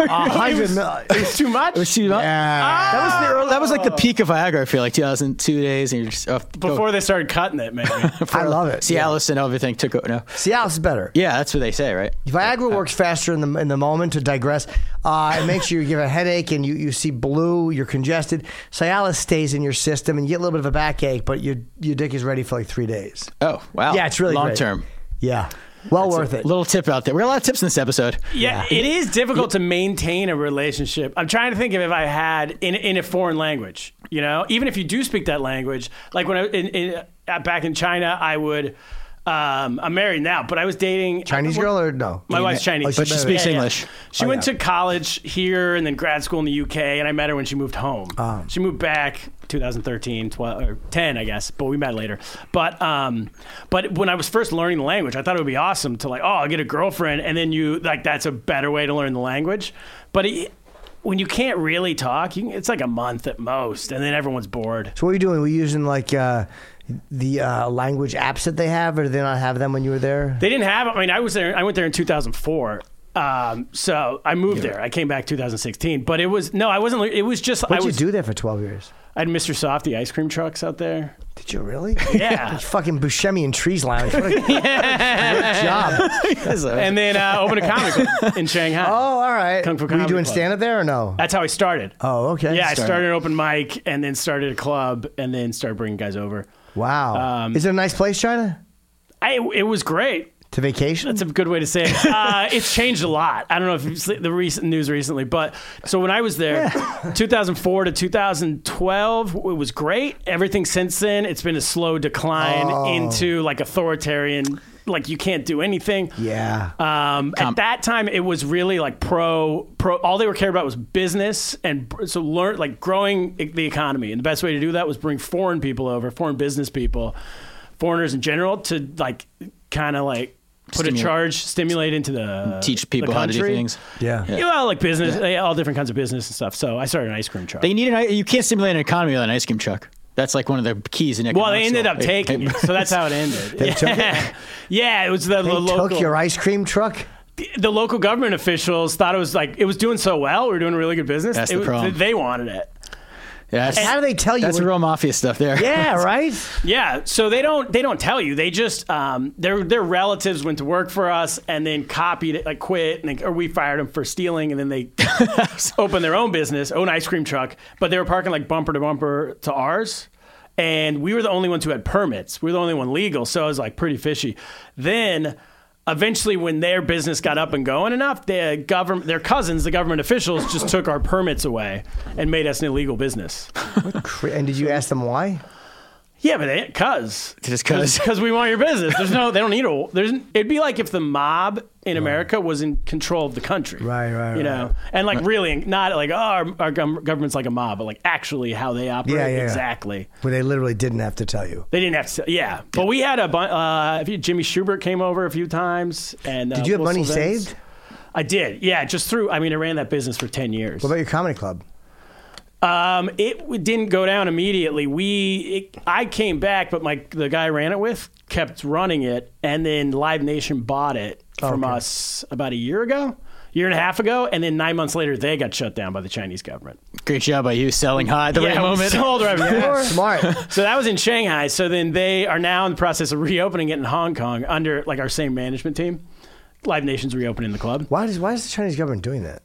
H: uh,
D: it,
H: hundred.
D: was, [LAUGHS] it was too much. Ah!
E: It was too much.
H: yeah.
E: That was the
D: Oh.
E: early, that was like the peak of Viagra. I feel like 2002 days, and you're just oh, off,
D: Before they started cutting it, maybe.
E: [LAUGHS]
H: I love it.
E: Cialis and everything took over. No,
H: Cialis is better.
E: yeah, that's what they say, right?
H: Viagra works faster in the in the moment to digress. Uh, it makes you give a headache and you, you see blue, you're congested. Cialis stays in your system and you get a little bit of a backache, but your your dick is ready for like three days.
E: Oh wow,
H: Yeah, it's really
E: long
H: great.
E: term.
H: Yeah, well worth it.
E: Little tip out there. We got a lot of tips in this episode.
D: yeah, it is difficult to maintain a relationship. I'm trying to think of if I had in, in a foreign language, you know, even if you do speak that language. Like when I in, in, uh, back in China, I would. Um, I'm married now, but I was dating
H: Chinese girl or no?
D: My wife's Chinese,
H: Oh, she But she better-
E: speaks English.
D: She went to college here and then grad school in the UK, and I met her when she moved home.
H: Oh.
D: She moved back 2013, 12, or 10, I guess, but we met later. But um, but when I was first learning the language, I thought it would be awesome to like, oh, I'll get a girlfriend, and then you like that's a better way to learn the language. But it, when you can't really talk, you can, it's like a month at most, and then everyone's bored.
H: So what are you doing? Were you using like uh, the uh, language apps that they have, or did they not have them when you were there?
D: They didn't have. I mean, I was there. I went there in 2004. Um, so I moved there. I came back 2016, but it was no, I wasn't. It was just
H: What
D: I
H: did
D: was.
H: you do there for twelve years?
D: I had Mr. Softy ice cream trucks out there.
H: Did you [LAUGHS] really?
D: Yeah.
H: You fucking Buscemi and Trees
D: [LAUGHS]
H: Lounge. What a great job.
D: and then uh, opened a comic club
H: [LAUGHS]
D: in Shanghai.
H: Oh, all right.
D: Kung Fu
H: Were you
D: Comedy
H: doing
D: Club.
H: stand up there or no?
D: That's how I started.
H: Oh, okay.
D: yeah, I started an open mic and then started a club and then started bringing guys over.
H: Wow.
D: Um,
H: Is it a nice place, China?
D: I, it was great.
H: To vacation?
D: That's a good way to say
H: [LAUGHS]
D: it. Uh, it's changed a lot. I don't know if you've seen the recent news recently, but so when I was there, [LAUGHS] 2004 to 2012, it was great. Everything since then, it's been a slow decline
H: Oh.
D: into like authoritarian, like you can't do anything.
H: yeah.
D: Um, at that time, it was really like pro pro. All they were cared about was business and so learn like growing e- the economy. And the best way to do that was bring foreign people over, foreign business people, foreigners in general, to like kind of like put
E: Stimulate.
D: a charge, stimulate into the
E: Teach
D: the
E: people how to do
D: country.
E: things.
H: yeah.
D: Yeah, well, like business, yeah, all different kinds of business and stuff. So I started an ice cream truck.
E: They need an. i- You can't simulate an economy with an ice cream truck. That's like one of the keys in
D: well,
E: economics.
D: they
E: [LAUGHS]
D: ended up
E: Hey,
D: taking
E: hey,
D: it, so that's how it ended. yeah.
H: took
D: yeah, it was the
H: They
D: local.
H: took your ice cream truck?
D: the local government officials thought it was like it was doing so well. We were doing really good business.
E: That's
D: it
E: the
D: was-
E: problem.
D: They wanted it.
E: Yes.
H: How do they tell you?
E: That's
H: what-
E: real mafia stuff there.
H: [LAUGHS] yeah, right?
D: Yeah. So they don't they don't tell you. They just um, their their relatives went to work for us and then copied it, like quit, and they, or we fired them for stealing, and then they [LAUGHS] opened their own business, own ice cream truck, but they were parking like bumper to bumper to ours. And we were the only ones who had permits. We were the only one legal, so it was like pretty fishy. Then eventually when their business got up and going enough, the government their cousins, the government officials just took our permits away and made us an illegal business.
H: Cra- And did you ask them why?
D: Yeah, but they, cuz
E: Just because.
D: because we want your business. There's no, they don't need a. There's, it'd be like if the mob in America was in control of the country,
H: Right, right,
D: You know, and like really not like oh, our, our gov- government's like a mob, but like actually how they operate
H: Yeah, yeah, yeah.
D: exactly.
H: Where they literally didn't have to tell you.
D: They didn't have to, yeah. But we had a bunch. Uh, a few- Jimmy Schubert came over a few times, and uh,
H: Did you have money saved?
D: I did, yeah. Just through. I mean, I ran that business for ten years.
H: What about your comedy club?
D: Um, it w- didn't go down immediately. We, it, I came back, but my the guy I ran it with kept running it, and then Live Nation bought it
E: Oh,
D: from
H: Okay.
D: us about a year ago, year and a half ago, and then nine months later they got shut down by the Chinese government.
E: Great job by you selling high at the right
D: we [LAUGHS]
E: moment.
D: sold right
H: [LAUGHS]
D: before.
H: Smart.
D: So that was in Shanghai. So then they are now in the process of reopening it in Hong Kong under like our same management team. Live Nation's reopening the club.
H: why, does, why is the Chinese government doing that?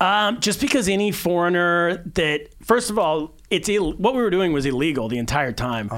D: Um, just because any foreigner that, first of all, it's Ill- what we were doing was illegal the entire time.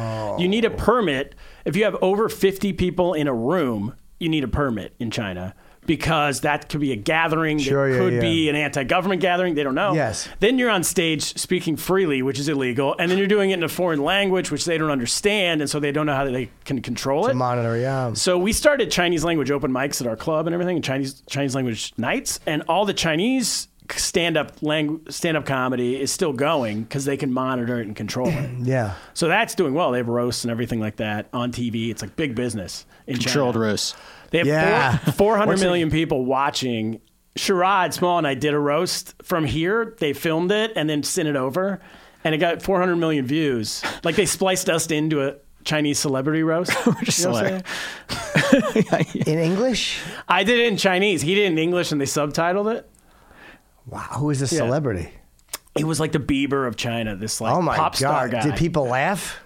D: You need
H: Oh.
D: a permit if you have over fifty people in a room. You need a permit in China because that could be a gathering. that
H: Sure, yeah,
D: could
H: yeah.
D: be an anti-government gathering. They don't know.
H: Yes.
D: Then you're on stage speaking freely, which is illegal, and then you're doing it in a foreign language, which they don't understand, and so they don't know how they can control it.
H: Monitor, yeah.
D: So we started Chinese language open mics at our club and everything, and Chinese Chinese language nights, and all the Chinese stand up lang- stand up comedy is still going because they can monitor it and control it. [LAUGHS]
H: Yeah.
D: so that's doing well. They have roasts and everything like that on TV. It's like big business in
E: Controlled
D: China.
E: roast.
D: They have
H: Yeah.
D: four hundred million people watching. Sherrod Small and I did a roast from here. They filmed it and then sent it over, and it got 400 million views. Like they spliced us into a Chinese celebrity
E: [LAUGHS]
D: roast.
E: Just
D: You know what I'm
E: like-
D: saying?
H: In English?
D: I did it in Chinese. He did it in English, and they subtitled it.
H: Wow. Who is this
D: Yeah.
H: celebrity?
D: It was like the Bieber of China. This like
H: Oh, my
D: pop star
H: God.
D: guy.
H: Did people laugh?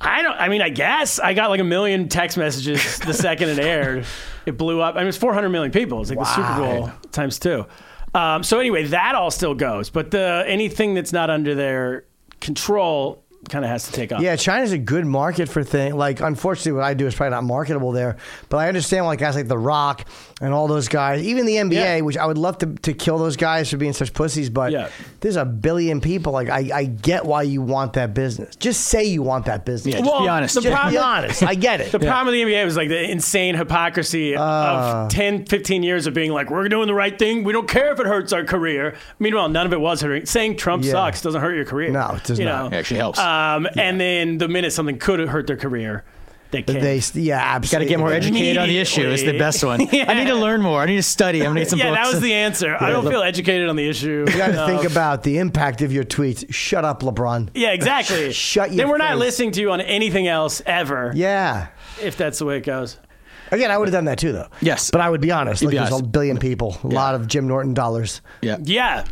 D: I don't. I mean, I guess I got like a million text messages
H: [LAUGHS]
D: the second it aired. It blew up. I mean, it's 400 million people. It's like the Super Bowl times two. Um, so anyway, that all still goes, but the anything that's not under their control kind of has to take off.
H: Yeah, China's a good market for things. Like, unfortunately, what I do is probably not marketable there. But I understand why guys like The Rock and all those guys, even the NBA,
D: Yeah.
H: which I would love to, to kill those guys for being such pussies. But
D: Yeah.
H: there's a billion people. Like, I, I get why you want that business. Just say you want that business.
E: Yeah, just
D: Well,
E: be honest.
D: the
E: Just
H: Just
D: problem-
H: be honest. I get it.
D: The problem with the NBA was like the insane hypocrisy
H: Ah.
D: of 10, 15 years of being like, we're doing the right thing. We don't care if it hurts our career. Meanwhile, none of it was hurting. Saying Trump
H: Yeah.
D: sucks doesn't hurt your career.
H: No, it does
D: you
H: not.
D: know?
E: It actually helps.
D: Um, And then the minute something could hurt their career, They can't.
H: They, yeah,
E: Got to
H: absolutely.
E: get more educated on the issue. Is the best one. I need to learn more. I need to study. I'm gonna get some
D: yeah,
E: books.
D: that was the answer. I don't feel educated on the issue.
H: You got to
D: No.
H: think about the impact of your tweets. Shut up, LeBron.
D: Yeah, exactly.
H: Shut your
D: Then we're not
H: face.
D: listening to you on anything else ever.
H: Yeah.
D: If that's the way it goes.
H: Again, I would have done that too, though.
E: Yes.
H: But I would be honest. Look,
E: be
H: there's a
E: honest.
H: billion people, a lot of Jim Norton dollars.
E: yeah.
D: Yeah.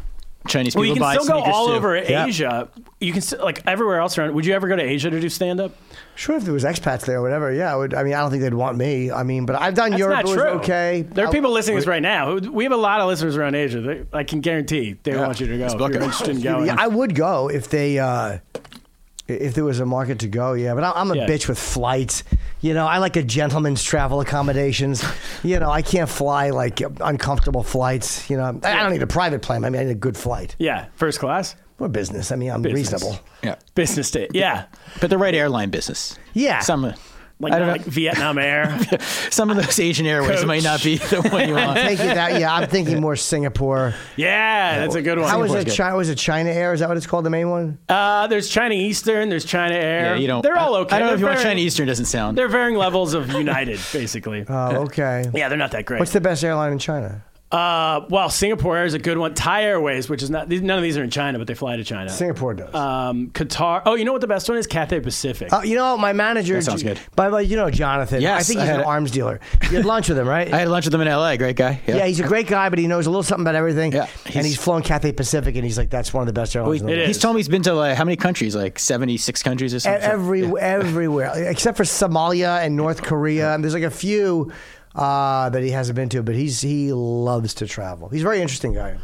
E: Chinese people
D: Well, you can
E: buy
D: still go
E: sneakers
D: all
E: too.
D: over
H: Yeah.
D: Asia. You can still, like everywhere else around. Would you ever go to Asia to do stand up?
H: Sure, if there was expats there or whatever, yeah, I would. I mean, I don't think they'd want me. I mean, but I've done
D: That's
H: Europe.
D: not
H: it was
D: true.
H: okay.
D: There are
H: I-
D: people listening to this right now. who- We have a lot of listeners around Asia. They, I can guarantee they want you to go. If you're
E: book it. [LAUGHS]
D: interested in going.
H: Yeah, I would go if they uh, if there was a market to go. Yeah, but I, I'm a
D: Yeah.
H: bitch with flights. You know, I like a gentleman's travel accommodations. you know, I can't fly like uncomfortable flights. You know, I, I don't need a private plane. I mean, I need a good flight.
D: yeah, first class,
H: We're business. I mean, I'm
D: Business.
H: reasonable.
E: Yeah.
D: business day. Yeah,
E: But the right airline business.
H: Yeah.
E: Some
D: like,
E: I don't
D: like
E: know.
D: Vietnam
E: [LAUGHS]
D: Air.
E: some of those Asian airways
D: Coach.
E: might not be the one
D: [LAUGHS]
E: you want.
H: Thank you. That, yeah, I'm thinking more Singapore.
D: yeah, that's a good one.
H: How is
E: Singapore's
H: it?
E: good.
H: China, was it China Air? Is that what it's called? The main one?
D: Uh, there's China Eastern. There's China Air.
E: Yeah, you don't.
D: They're all
E: I-
D: okay.
E: I don't know
D: They're
E: if you want
D: varying-
E: China Eastern. Doesn't sound.
D: They're varying levels of United,
E: [LAUGHS]
D: basically.
E: Uh,
H: Oh, okay.
D: [LAUGHS] yeah, they're not that great.
H: What's the best airline in China?
D: uh, well, Singapore Air is a good one. Thai Airways, which is not these, none of these are in China, but they fly to China.
H: Singapore does.
D: um, Qatar. Oh, you know what the best one is? Cathay Pacific.
H: Uh, you know, my manager.
E: That sounds good.
H: By the way, you know Jonathan. I
E: Yes,
H: think
E: I
H: he's
E: had
H: an
E: a-
H: arms
E: [LAUGHS]
H: dealer. You had lunch with him, right?
E: I had lunch with them in L.A. Great guy. Yeah.
H: yeah, he's a great guy, but he knows a little something about everything.
E: Yeah,
H: and
E: he's-
H: he's flown Cathay Pacific, and he's like, that's one of the best airlines. in the
D: It
H: world.
D: is.
E: He's told me he's been to like how many countries? Like seventy-six countries or
H: E-
E: something.
H: Every, [LAUGHS] Everywhere, except for Somalia and North Korea. And there's like a few uh, that he hasn't been to, but he's he loves to travel. He's a very interesting guy.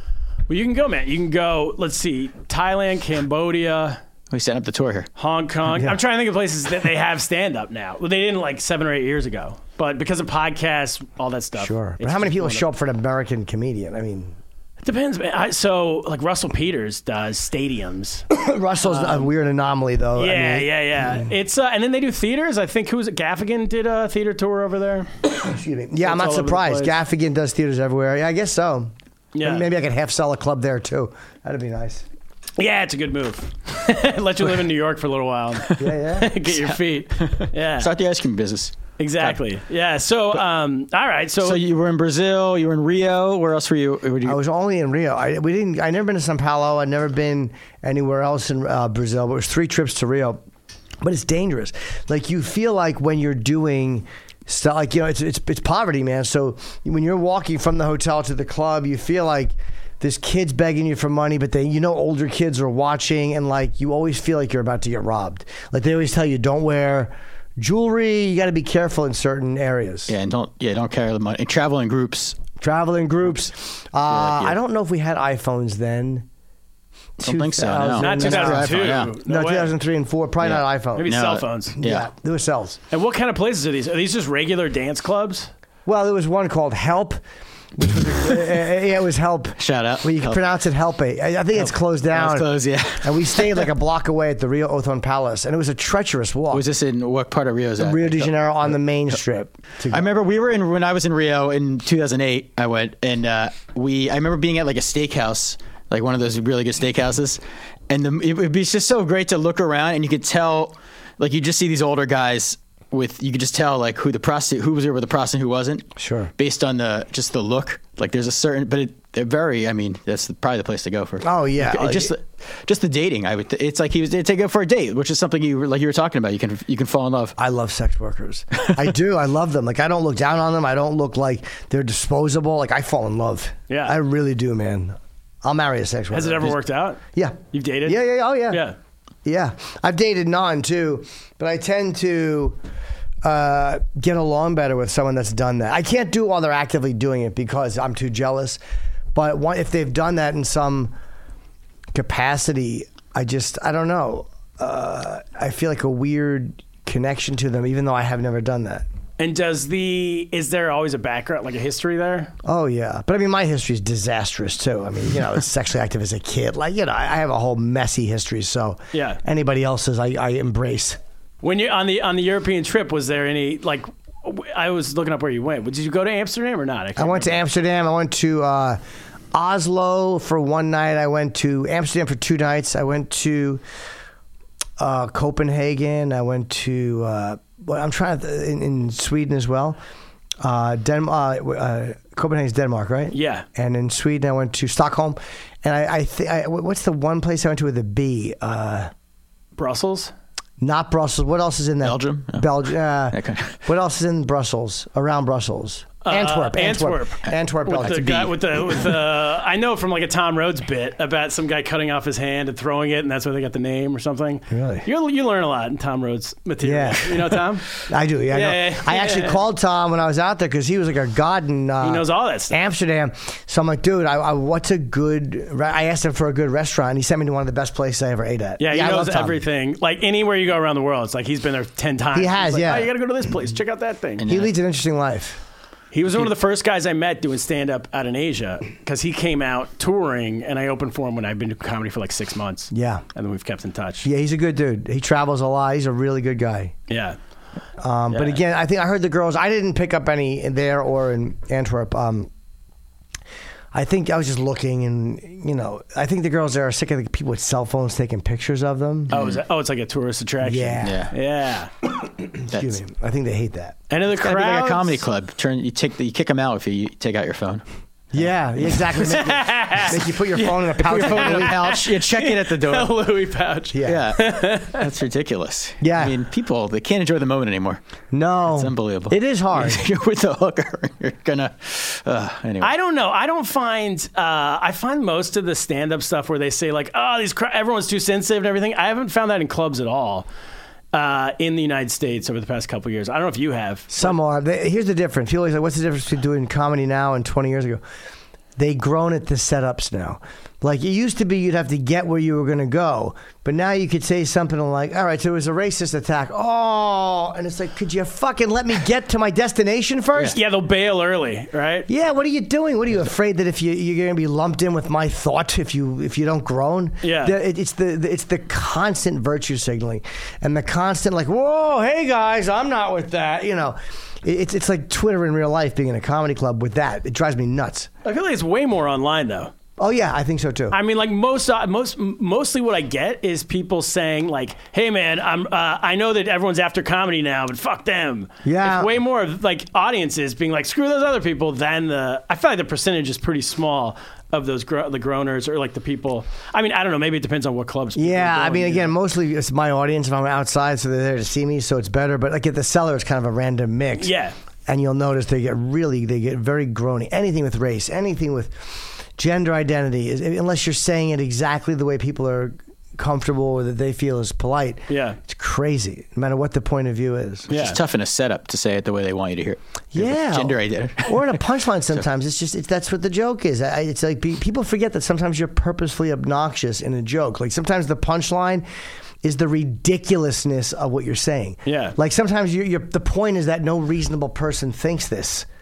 D: Well, you can go, man. You can go. Let's see, Thailand, Cambodia,
E: we set up the tour here.
D: Hong Kong. I'm trying to think of places that they have stand up now. Well, they didn't like seven or eight years ago, but because of podcasts, all that
E: Uh,
D: stuff.
H: Sure. But
D: it's
H: how many
D: just
H: people
D: blown
H: show up for an American comedian? I mean, [CLEARS THROAT]
D: up. Depends. Man. I, so, like Russell Peters does stadiums.
H: Russell's
E: Um,
H: a weird anomaly, though. I
D: Yeah,
H: mean,
D: yeah, yeah. It's uh, and then they do theaters. I think who was it? Gaffigan did a theater tour over there.
H: Excuse me. Yeah,
D: It's
H: I'm not
D: all over the
H: surprised.
D: place.
H: Gaffigan does theaters everywhere. Yeah, I guess so.
D: Yeah,
H: Maybe I could half sell a club there too. That'd be nice.
D: yeah. It's a good move. [LAUGHS] Let you live in New York for a little while.
H: [LAUGHS] Yeah, yeah.
D: [LAUGHS] Get your feet. Yeah,
E: Start the ice cream business.
D: exactly. Yeah. So, um, all right. So,
E: So you were in Brazil. You were in Rio. Where else were you? Where did you
H: I was only in Rio. I we didn't. I never been to São Paulo. I'd never been anywhere else in uh, Brazil. But it was three trips to Rio. But it's dangerous. Like you feel like when you're doing stuff, like you know, it's it's it's poverty, man. So when you're walking from the hotel to the club, you feel like. This kid's begging you for money, but then you know older kids are watching, and like you always feel like you're about to get robbed. Like they always tell you, don't wear jewelry. You got to be careful in certain areas.
E: Yeah, and don't yeah, don't carry the money. And travel in groups.
H: travel in groups. Uh,
E: yeah.
H: I don't know if we had iPhones then.
E: Don't think so, no.
H: 2000
D: not
E: That's not
D: 2002.
E: iPhone, yeah.
H: No,
D: way.
H: 2003 and four. Probably not iPhone.
D: Maybe
E: No.
D: cell phones.
E: Yeah.
H: yeah. there were cells.
D: And what kind of places are these? Are these just regular dance clubs?
H: Well, there was one called Help. Which was
E: [LAUGHS]
H: a, uh, yeah, it was Help.
E: Shout out.
H: Well, you can
E: Help.
H: pronounce it Help. I, I think it's closed
E: That
H: down.
E: was close, yeah.
H: [LAUGHS] And we stayed like a block away at the Rio Othon Palace, and it was a treacherous walk.
E: Was this in what part of Rio is that?
H: Rio de Janeiro on the main strip. to go.
E: I remember we were in when I was in Rio in 2008. I went and uh, we. I remember being at like a steakhouse, like one of those really good steakhouses, and the, it would be just so great to look around and you could tell, like you just see these older guys with you could just tell like who the prostitute who was there with the prostitute who wasn't.
H: Sure.
E: Based on the just the look, like there's a certain, but it, they're very. I mean, that's probably the place to go for.
H: Oh, yeah.
E: Like,
H: Oh,
E: just the, just the dating. I would. th- It's like he was. They take it for a date, which is something you were- like you were talking about. You can you can fall in love.
H: I love sex workers. I do. I love them. Like I don't look down on them. I don't look like they're disposable. Like I fall in love.
D: Yeah.
H: I really do, man. I'll marry a sex worker.
D: Has it ever worked out?
H: Yeah.
D: You've dated?
H: Yeah, yeah, yeah. oh yeah.
D: Yeah.
H: Yeah. I've dated non too, but I tend to uh, get along better with someone that's done that. I can't do it while they're actively doing it because I'm too jealous. But one, if they've done that in some capacity, I just, I don't know. Uh, I feel like a weird connection to them, even though I have never done that.
D: And does the is there always a background like a history there?
H: Oh yeah, but I mean, my history is disastrous too. I mean, you know, I was [LAUGHS] sexually active as a kid. Like, you know, I I have a whole messy history. So
D: Yeah.
H: anybody else's, I, I embrace.
D: When you on the on the European trip, was there any like? w- I was looking up where you went. Did you go to Amsterdam or not?
H: I went to Amsterdam. I went to uh, Oslo for one night. I went to Amsterdam for two nights. I went to uh, Copenhagen. I went to. Uh, well, I'm trying to, in, in Sweden as well. Uh, Denmark. Uh, w- uh, Copenhagen's Denmark, right?
D: Yeah.
H: And in Sweden, I went to Stockholm, and I, I, th- I wh- what's the one place I went to with a B? Uh,
D: Brussels.
H: not Brussels. What else is in that?
E: Belgium? No.
H: Belgium. Uh,
D: [LAUGHS]
E: Okay.
H: What else is in Brussels? Around Brussels. Antwerp, Antwerp,
D: Uh, Antwerp.
H: Antwerp,
D: With the
H: Belgium.
D: guy with the with the I know from like a Tom Rhodes bit about some guy cutting off his hand and throwing it, and that's where they got the name or something.
H: Really?
D: You you learn a lot in Tom Rhodes material.
H: Yeah.
D: You know Tom.
H: I do. Yeah, I,
D: Yeah,
H: know.
D: yeah,
H: I actually
D: yeah.
H: called Tom when I was out there because he was like a god in [LAUGHS] uh,
D: He knows all that stuff.
H: Amsterdam. So I'm like, dude, I, I, what's a good? Re- I asked him for a good restaurant. He sent me to one of the best places I ever ate at.
D: Yeah, he
H: I love
D: knows
H: Tom.
D: everything. Like anywhere you go around the world, it's like he's been there ten times.
H: He
D: He's
H: has,
D: like,
H: yeah.
D: "Oh, you got to go to this place. Check out that thing.
H: He leads an interesting life.
D: He was one of the first guys I met doing stand up out in Asia because he came out touring and I opened for him when I'd been doing comedy for like six months.
H: Yeah.
D: And then we've kept in touch.
H: Yeah, he's a good dude. He travels a lot. He's a really good guy.
D: Yeah.
H: Um, But
D: Yeah.
H: again, I think I heard the girls. I didn't pick up any in there or in Antwerp. Um, I think I was just looking, and you know, I think the girls there are sick of the people with cell phones taking pictures of them.
D: Oh, is that, oh, it's like a tourist attraction.
H: Yeah.
E: Yeah.
D: Yeah.
E: That's,
H: Excuse me. I think they hate that.
D: And in the
E: Gotta be like
D: crowd.
E: a
D: [LAUGHS]
E: comedy club. Turn you take the, you kick them out if you, you take out your phone.
H: Yeah, exactly. Make [LAUGHS] you, make you put your phone in a pouch. and [LAUGHS] leave.
E: pouch. You check it at the
H: [LAUGHS]
E: door.
D: Louis pouch.
H: Yeah.
E: Yeah,
H: [LAUGHS]
E: that's ridiculous.
H: Yeah.
E: I mean, people they can't enjoy the moment anymore.
H: No,
E: It's unbelievable.
H: It is [LAUGHS] hard.
E: [LAUGHS] you're with the hooker. [LAUGHS] You're gonna uh, anyway.
D: I don't know. I don't find. Uh, I find most of the stand-up stuff where they say like, "Oh, these cr- everyone's too sensitive and everything." I haven't found that in clubs at all uh, in the United States over the past couple years. I don't know if you have.
H: Some are. They, here's the difference. People always like, what's the difference between doing comedy now and 20 years ago? They've grown at the setups now. Like it used to be, you'd have to get where you were going to go, but now you could say something like, "All right, so it was a racist attack." Oh, and it's like, could you fucking let me get to my destination first?
D: Yeah, they'll bail early, right?
H: Yeah, what are you doing? What are you afraid that if you you're going to be lumped in with my thought if you if you don't groan?
D: Yeah.
H: The- it- it's the the- it's the constant virtue signaling and the constant like, whoa, hey guys, I'm not with that. You know, It- it's it's like Twitter in real life being in a comedy club with that. It drives me nuts.
D: I feel like it's way more online though.
H: Oh yeah, I think so too.
D: I mean, like most, uh, most, m- mostly what I get is people saying like, "Hey, man, I'm, uh, I know that everyone's after comedy now, but fuck them."
H: Yeah.
D: it's way more of like audiences being like, "Screw those other people." Than the, I feel like the percentage is pretty small of those gro- the groaners or like the people. I mean, I don't know. Maybe it depends on what clubs. people
H: yeah,
D: go
H: I mean,
D: and do.
H: again, mostly it's my audience if I'm outside, so they're there to see me, so it's better. But like at the cellar, it's kind of a random mix.
D: Yeah.
H: and you'll notice they get really they get very groany. Anything with race, anything with gender identity, is, unless you're saying it exactly the way people are comfortable or that they feel is polite.
D: Yeah.
H: it's crazy. No matter what the point of view is.
D: yeah.
E: It's tough in a setup to say it the way they want you to hear it.
H: Yeah,
E: Gender identity.
H: [LAUGHS] or in a punchline. Sometimes it's just it's, that's what the joke is. I, it's like pe- people forget that sometimes you're purposefully obnoxious in a joke. Like sometimes the punchline is the ridiculousness of what you're saying.
D: Yeah.
H: Like sometimes you you're, the point is that no reasonable person thinks this.
E: [LAUGHS]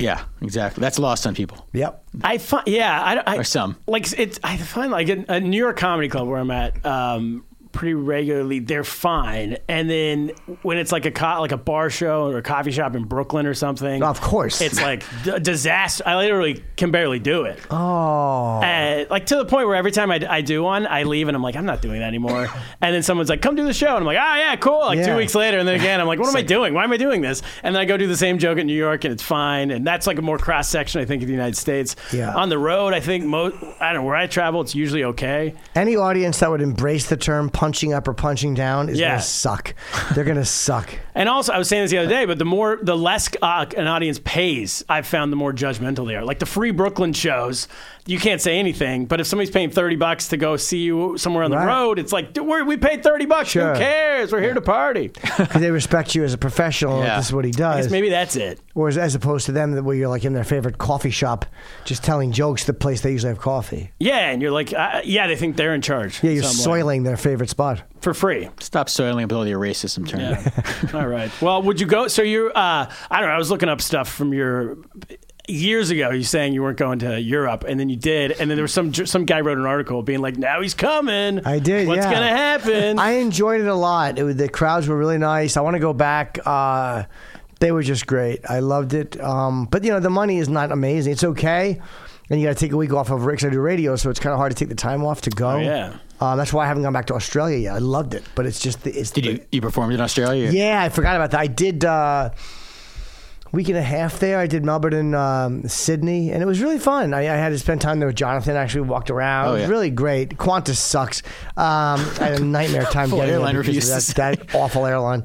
E: Yeah, exactly. That's lost on people.
H: Yep.
D: I find, yeah, I, don't- I
E: Or some.
D: like it's. I find like in a New York comedy club where I'm at, um, pretty regularly. They're fine, and then when it's like a co- like a bar show or a coffee shop in Brooklyn or something,
H: Of course.
D: it's like d- disaster. I literally can barely do it.
H: Oh.
D: Uh, like to the point where every time I, I do one, I leave and I'm like, I'm not doing that anymore. and then someone's like, come do the show. And I'm like, ah, yeah, cool. Like
H: Yeah.
D: two weeks later. And then again, I'm like, what am I doing? Why am I doing this? And then I go do the same joke in New York and it's fine. And that's like a more cross section, I think, of the United States.
H: Yeah.
D: On the road, I think, mo- I don't know, where I travel, it's usually okay.
H: Any audience that would embrace the term punching up or punching down is
D: Yeah.
H: going to suck.
D: [LAUGHS]
H: They're going to suck.
D: And also, I was saying this the other day, but the more, the less uh, an audience pays, I've found the more judgmental they are. Like the free Brooklyn shows, you can't say anything. But if somebody's paying thirty bucks to go see you somewhere on the
H: Right.
D: road, it's like, dude, we're, we paid thirty bucks.
H: Sure.
D: Who cares? We're here to
H: [LAUGHS]
D: party.
H: 'Cause they respect you as a professional.
E: Yeah.
H: This is what he
D: I
H: does.
D: guess maybe that's it.
H: Or as, as opposed to them, where you're like in their favorite coffee shop, just telling jokes, the place they usually have coffee.
D: Yeah, and you're like, uh, yeah, they think they're in charge.
H: Yeah, you're
D: some way.
H: soiling their favorite spot.
D: for free.
E: Stop soiling up with all your racism terms.
D: All right. Well, would you go? So you're, uh, I don't know. I was looking up stuff from your years ago. You saying you weren't going to Europe, and then you did, and then there was some some guy wrote an article being like, "Now he's coming."
H: I did,
D: What's
H: yeah.
D: gonna happen?
H: [LAUGHS] I enjoyed it a lot. It was, the crowds were really nice. I want to go back. Uh, they were just great. I loved it. Um, but you know, the money is not amazing. It's okay, and you got to take a week off of because I do radio, so it's kind of hard to take the time off to go.
D: oh, yeah.
H: Uh, that's why I haven't gone back to Australia yet. I loved it, but it's just the, it's
E: [LAUGHS] Did
H: the,
E: you you performed in Australia?
H: Yeah, I forgot about that. I did uh, week and a half there. I did Melbourne and um, Sydney, and it was really fun. I, I had to spend time there with Jonathan. Actually, walked around.
E: Oh,
H: It
E: yeah.
H: was really great. Qantas sucks. Um, I had
E: [LAUGHS]
H: a nightmare time
E: Full
H: getting there
E: airline
H: because of
E: reviews.
H: that,
E: [LAUGHS]
H: that awful airline.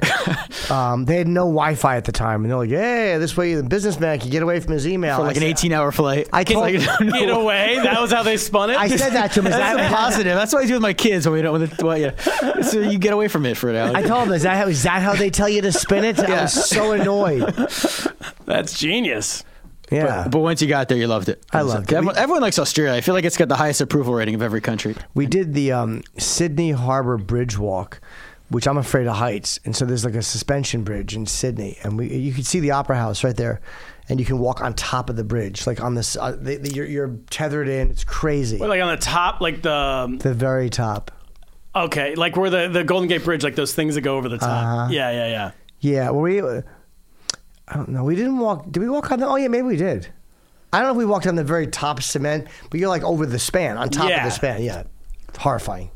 H: um, they had no Wi-Fi at the time, and they're like, "Hey, this way the businessman can get away from his email."
E: For like
H: I
E: an
H: said-
E: 18 hour flight.
H: I told-
E: [LAUGHS] like,
D: Get away. That was how they spun it.
H: I said that to him. Is
E: [LAUGHS] That's
H: that- [LAUGHS]
E: a positive. That's what I do with my kids when we don't. When well, yeah. So you get away from it for an hour.
H: I told him, is that, how, is that how they tell you to spin it? I
E: Yeah.
H: was
E: [LAUGHS]
H: so annoyed.
D: [LAUGHS] That's genius.
H: Yeah.
E: But once you got there, you loved it.
H: I loved it.
E: Everyone, everyone likes Australia. I feel like it's got the highest approval rating of every country.
H: We did the um, Sydney Harbor Bridge Walk, which I'm afraid of heights, and so there's like a suspension bridge in Sydney, and we you can see the Opera House right there, and you can walk on top of the bridge, like on this. Uh, the, the, you're, you're tethered in. It's crazy.
D: But like on the top, like the
H: the very top.
D: okay, like where the the Golden Gate Bridge, like those things that go over the top.
H: Uh-huh.
D: Yeah, yeah, yeah.
H: Yeah. Well, we. uh, I don't know. We didn't walk. Did we walk on the? Oh yeah, maybe we did. I don't know if we walked on the very top cement, but you're like over the span, on top of
D: Yeah.
H: the span. Yeah. Horrifying.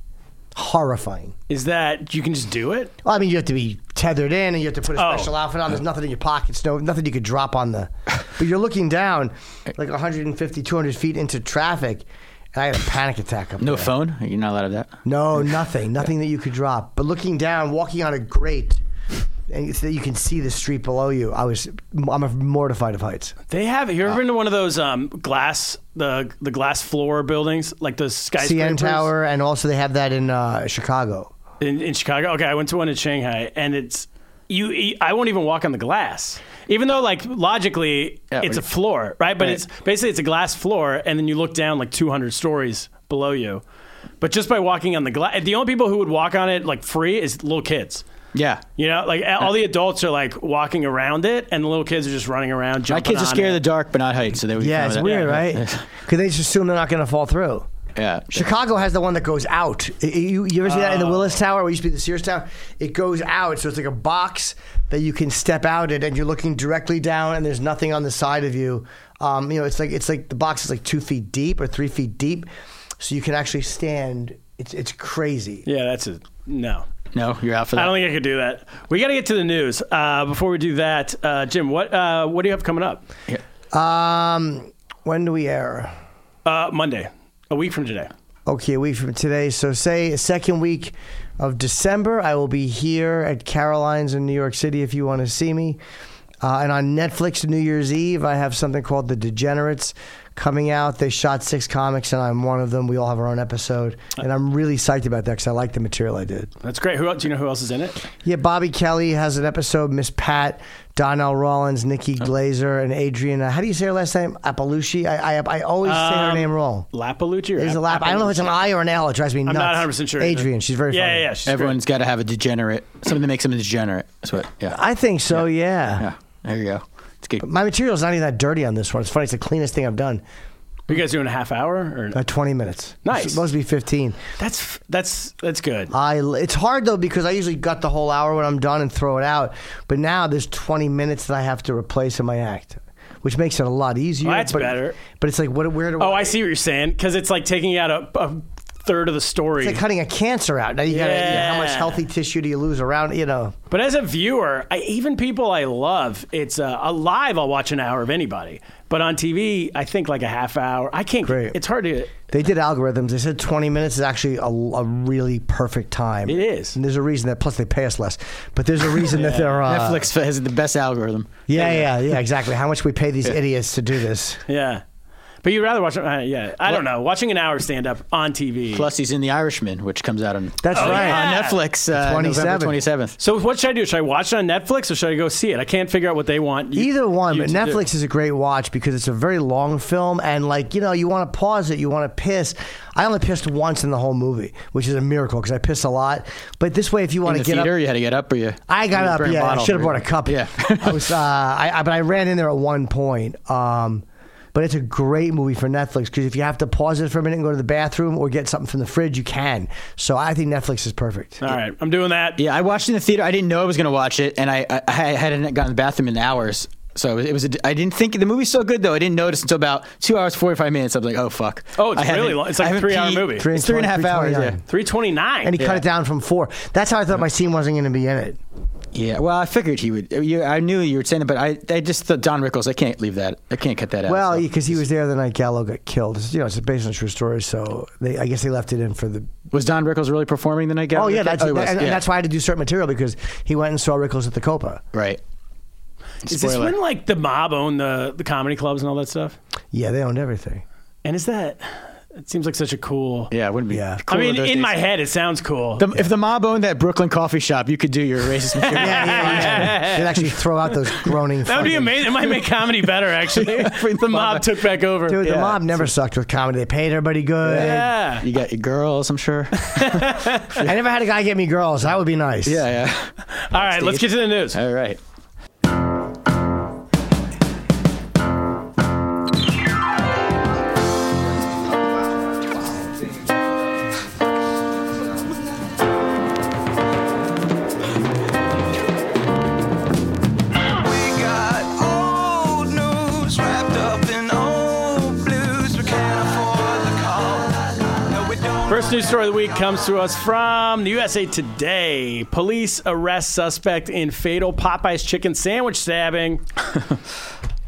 H: Horrifying.
D: Is that you can just do it?
H: Well, I mean, you have to be tethered in, and you have to put a
D: Oh.
H: special outfit on. There's nothing in your pockets, no nothing you could drop on the. But you're looking down, like 150, 200 feet into traffic, and I had a panic attack up
E: No
H: there.
E: phone. You're not allowed to have that.
H: No, nothing, nothing that you could drop. But looking down, walking on a grate, and so that you can see the street below you. I was, I'm mortified of heights.
D: They have.
H: Uh,
D: You ever been to one of those um, glass the the glass floor buildings, like those skyscrapers?
H: CN Tower, and also they have that in uh, Chicago.
D: in, in Chicago. Okay, I went to one in Shanghai, and it's you. e, I won't even walk on the glass, even though like logically
E: Yeah,
D: it's a
E: we-
D: floor, right? But
E: Right.
D: it's basically it's a glass floor, and then you look down like 200 stories below you. But just by walking on the glass, the only people who would walk on it like free is little kids.
E: Yeah.
D: You know, like all the adults are like walking around it, and the little kids are just running around.
E: My
D: Jumping
E: kids are
D: on
E: scared
D: it.
E: of the dark, but not heights. So they would be
H: Yeah,
E: fine
H: it's
E: with that.
H: weird,
E: Yeah.
H: right?
E: [LAUGHS]
H: Because they just assume they're not going to fall through.
E: Yeah.
H: Chicago has the one that goes out. I- I- You, you ever see that in the Willis Tower? Where it used to be the Sears Tower. It goes out, so it's like a box that you can step out in, and you're looking directly down, and there's nothing on the side of you. Um, you know, it's like it's like the box is like two feet deep or three feet deep, so you can actually stand. It's it's crazy.
D: Yeah, that's a no.
E: No, you're out for that.
D: I don't think I could do that. We got to get to the news. Uh, before we do that, uh, Jim, what uh, what do you have coming up?
H: Um, when do we air?
D: Uh, Monday, a week from today.
H: Okay, a week from today. So say second week of December, I will be here at Caroline's in New York City if you want to see me. Uh, and on Netflix New Year's Eve, I have something called The Degenerates coming out. They shot six comics, and I'm one of them. We all have our own episode, and I'm really psyched about that because I like the material I did.
D: That's great. Who else? Do you know who else is in it?
H: Yeah, Bobby Kelly has an episode. Miss Pat, Donnell Rollins, Nikki Glazer, and Adriana. How do you say her last name? Appalucci. I I, I always say her
D: Um,
H: name wrong.
D: Lapalucci. Or
H: There's a lap. I don't know if it's an I or an L. It drives me
D: I'm
H: nuts.
D: not 100 percent sure.
H: Adrian, she's very
D: Yeah,
H: funny.
D: yeah, yeah. She's
E: Everyone's got to have a degenerate. Something that makes them a degenerate. That's what. Yeah.
H: I think so. Yeah.
E: yeah. There you go. It's good.
H: My material's not even that dirty on this one. It's funny. It's the cleanest thing I've done.
D: great. you guys doing a half hour or?
H: About 20 minutes.
D: Nice.
H: It's supposed to be 15.
D: That's that's that's good.
H: I. It's hard though because I usually gut the whole hour when I'm done and throw it out. But now there's 20 minutes that I have to replace in my act, which makes it a lot easier.
D: Well, that's
H: but,
D: better.
H: But it's like what? Where do?
D: Oh, I see what you're saying because it's like taking out a, a third of the story.
H: It's like cutting a cancer out. Now you got to. how much
D: Yeah.
H: healthy tissue do you lose around? You know.
D: But as a viewer, I, even people I love, it's uh, a live. I'll watch an hour of anybody, but on TV, I think like a half hour. I can't.
H: Great.
D: It's hard to.
H: They did algorithms. They said 20 minutes is actually a, a really perfect time.
D: It is.
H: And there's a reason that, plus they pay us less, but there's a reason
D: [LAUGHS]
H: that they're. Uh,
E: Netflix has the best algorithm.
H: Yeah, yeah, yeah, exactly. How much we pay these idiots to do this.
D: Yeah. But you'd rather watch. Uh, yeah, I don't know. Watching an hour stand up on TV.
E: Plus, he's in The Irishman, which comes out on
H: That's
D: Oh,
H: right.
D: yeah.
E: on Netflix uh,
H: 27th.
E: November 27th.
D: So what should I do? Should I watch it on Netflix or should I go see it? I can't figure out what they want. you-
H: Either one,
D: you
H: but
D: to do.
H: Netflix is a great watch because it's a very long film and like, you know, you want to pause it, you want to piss. I only pissed once in the whole movie, which is a miracle because I piss a lot. But this way if you want
E: In
H: to
E: the
H: get
E: theater,
H: up
E: you had to get up or you.
H: I got
E: you
H: up.
E: bring a
H: Yeah, I
E: bottle
H: should have
E: for
H: brought a
E: you.
H: cup.
E: Yeah.
H: [LAUGHS] I was. Uh, I, I but I ran in there at one point. Um, but it's a great movie for Netflix because if you have to pause it for a minute and go to the bathroom or get something from the fridge, you can. So I think Netflix is perfect.
D: All right, I'm doing that.
E: Yeah, I watched it in the theater. I didn't know I was going to watch it, and I, I, I hadn't gotten to the bathroom in hours. So it was, it was a, I didn't think the movie's so good though. I didn't notice until about two hours forty five minutes. I was like, oh fuck.
D: Oh, it's
E: I haven't-
D: really long. It's
E: I
D: like a
E: haven't
D: three-hour
E: peed.
D: movie.
E: It's three and a half hours. Yeah.
H: 329.
D: Three twenty nine.
H: And he cut it down from four. That's how I thought my scene wasn't going to be in it.
E: Yeah. Well, I figured he would. You, I knew you were saying it, but I, I just thought Don Rickles. I can't leave that. I can't cut that out.
H: Well,
E: so.
H: because he was there the night Gallo got killed. It's, you know, it's based on a true story, so they, I guess they left it in for the.
E: was Don Rickles really performing the night? Gallo
H: Oh yeah,
E: got-
H: that's
E: he was,
H: and, and
E: yeah.
H: that's why I had to do certain material because he went and saw Rickles at the Copa.
E: Right.
D: Is this
E: Spoiler.
D: when like the mob owned the the comedy clubs and all that stuff?
H: Yeah, they owned everything.
D: And is that? It seems like such a cool.
E: Yeah, it wouldn't be.
H: Yeah.
D: I
E: cool
D: mean, in
E: those days.
D: my head, it sounds cool.
E: The- if the mob owned that Brooklyn coffee shop, you could do your
D: [LAUGHS]
E: racist material. [LAUGHS]
H: Yeah, yeah, yeah. They'd actually throw out those groaning.
D: that would be amazing. It might make comedy better,
H: [LAUGHS]
D: actually. if the mob took back over.
H: Dude, the
E: Yeah.
H: mob never sucked with comedy. They paid everybody good.
D: yeah.
E: You got your girls,
D: [LAUGHS]
E: I'm sure.
H: I never had a guy get me girls. That would be nice.
E: Yeah,
D: All right, let's get to the news.
E: yeah. All right.
G: We got old news wrapped up in old blues. We can't afford the call. No, we don't.
D: First news story of the week comes to us from the USA Today. Police arrest suspect in fatal Popeye's chicken sandwich
H: [LAUGHS]
D: stabbing.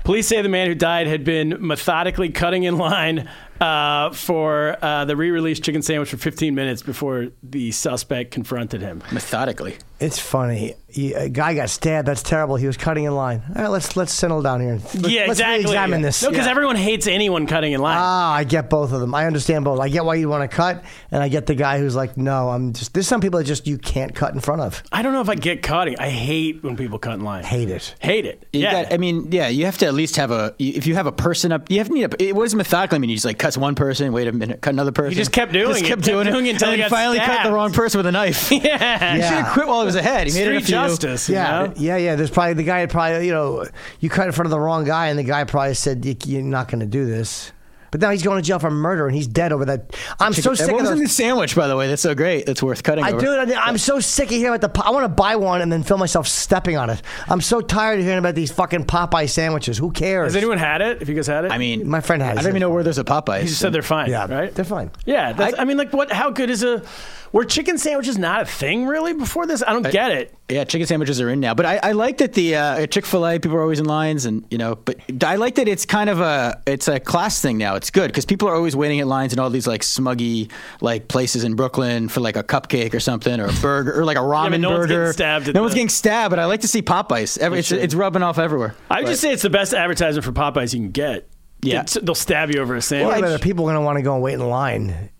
D: Police say the man who died had been methodically cutting in line uh, for uh, the re-released chicken sandwich for 15 minutes before the suspect confronted him.
E: Methodically.
H: It's funny. He- a guy got stabbed. That's terrible. He was cutting in line. All right, let's let's settle down here and let's,
D: yeah,
H: let's
D: exactly.
H: examine this.
D: No, because everyone hates anyone cutting in line.
H: Ah, I get both of them. I understand both. I get why you want to cut, and I get the guy who's like, "No, I'm just." There's some people that just you can't cut in front of.
D: I don't know if I get cutting. I hate when people cut in line.
H: Hate it.
D: Hate it.
E: You
D: yeah.
E: got- I mean, yeah, you have to at least have a. you- If you have a person up, you have to need a. it- What does methodically mean? You just like cuts one person, wait a minute, cut another person.
D: just kept doing
E: just
D: it, kept
E: kept doing
D: doing it until
E: and
D: he
E: then
D: got
E: finally cut the
D: stabbed.
E: wrong person with a [LAUGHS] knife.
D: [LAUGHS]
E: He
D: yeah.
H: Yeah.
E: should have quit while he was ahead. He made it
D: Street
E: a few.
D: justice. you
H: Yeah,
D: know?
H: yeah, yeah. There's probably the guy had probably you know you cut in front of the wrong guy, and the guy probably said "You- you're not going to do this. But now he's going to jail for murder, and he's dead over that. I'm so
E: Hey,
H: sick
E: what
H: of
E: was in the
H: those.
E: sandwich, by the way? That's so great. That's worth cutting.
H: I
E: over.
H: do. I'm so sick of hearing about the. po- I want to buy one and then feel myself stepping on it. I'm so tired of hearing about these fucking Popeye sandwiches. Who cares?
D: Has anyone had it? If you guys had it?
E: I mean,
H: My friend had.
E: I don't even know where there's a Popeye.
D: He just said they're fine,
H: Yeah,
D: right?
H: They're fine.
D: yeah, that's, I, mean, like, what? How good is a? Were chicken sandwiches not a thing really before this? I don't get it.
E: Yeah, chicken sandwiches are in now, but I, I like that the uh, Chick Fil A people are always in lines, and you know, but I like that it's kind of a it's a class thing now. It's good because people are always waiting at lines in all these like smuggy like places in Brooklyn for like a cupcake or something or a burger or like a ramen
D: no one's
E: burger.
D: getting stabbed at
E: no one's
D: the-
E: getting stabbed, but I like to see Popeyes. Every, it's, it's rubbing
D: [LAUGHS]
E: off everywhere.
D: I would just say it's the best advertisement for Popeyes you can get.
E: Yeah.
D: It's- they'll stab you over a
H: Well,
D: sandwich.
H: but are people going to want to go and wait in line?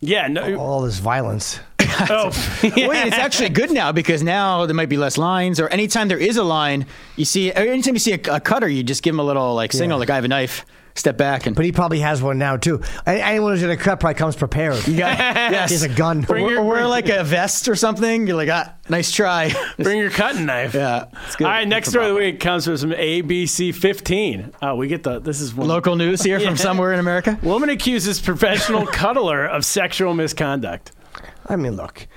D: yeah, no.
H: All this violence.
D: Oh, [LAUGHS]
E: Wait, it's actually good now because now there might be less lines, or anytime there is a line, you see, or anytime you see a, a cutter, you just give him a little like signal, like I have a knife, step back, and
H: But he probably has one now too. A- Anyone who's going to cut probably comes prepared.
D: [LAUGHS]
H: [LAUGHS]
E: Yeah. yes.
H: He's a gun.
E: Or,
D: your-
E: or wear like a vest or something. You're like, ah,
D: [LAUGHS]
E: nice try.
D: bring your cutting knife.
E: yeah. It's good.
D: All right, next
E: It's a
D: story of the week comes from some ABC 15. Oh, we get the. This is one.
E: Local news here
D: Yeah.
E: from somewhere in America.
D: Woman accuses professional cuddler of sexual misconduct.
H: I mean, look,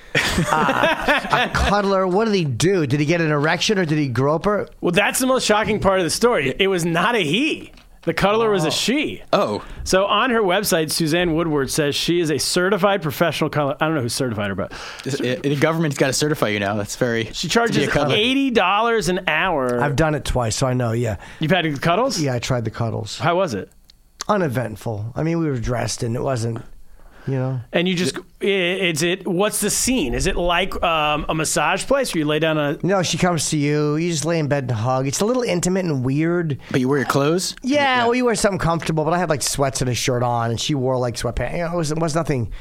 H: uh, a cuddler. What did he do? Did he get an erection or did he grope her?
D: Well, that's the most shocking part of the story. It was not a he. The cuddler was a she.
E: Oh,
D: So on her website, Suzanne Woodward says she is a certified professional cuddler. I don't know who certified her, but
E: eh, the the government's got to certify you now. That's very.
D: she
E: to be
D: charges
E: a cuddler.
D: eighty dollars an hour.
H: I've done it twice, so I know. Yeah,
D: You've had cuddles.
H: yeah. I tried the cuddles.
D: How was it?
H: Uneventful. I mean, we were dressed, and it wasn't. You know,
D: And you just i- is it? What's the scene? Is it like um, a massage place where you lay down a?
H: no. She comes to you. You just lay in bed and hug. It's a little intimate and weird.
E: But you wear your clothes.
H: Yeah, well, you wear something comfortable, but I had like sweats and a shirt on, and she wore like sweatpants. You know, it was, it was nothing.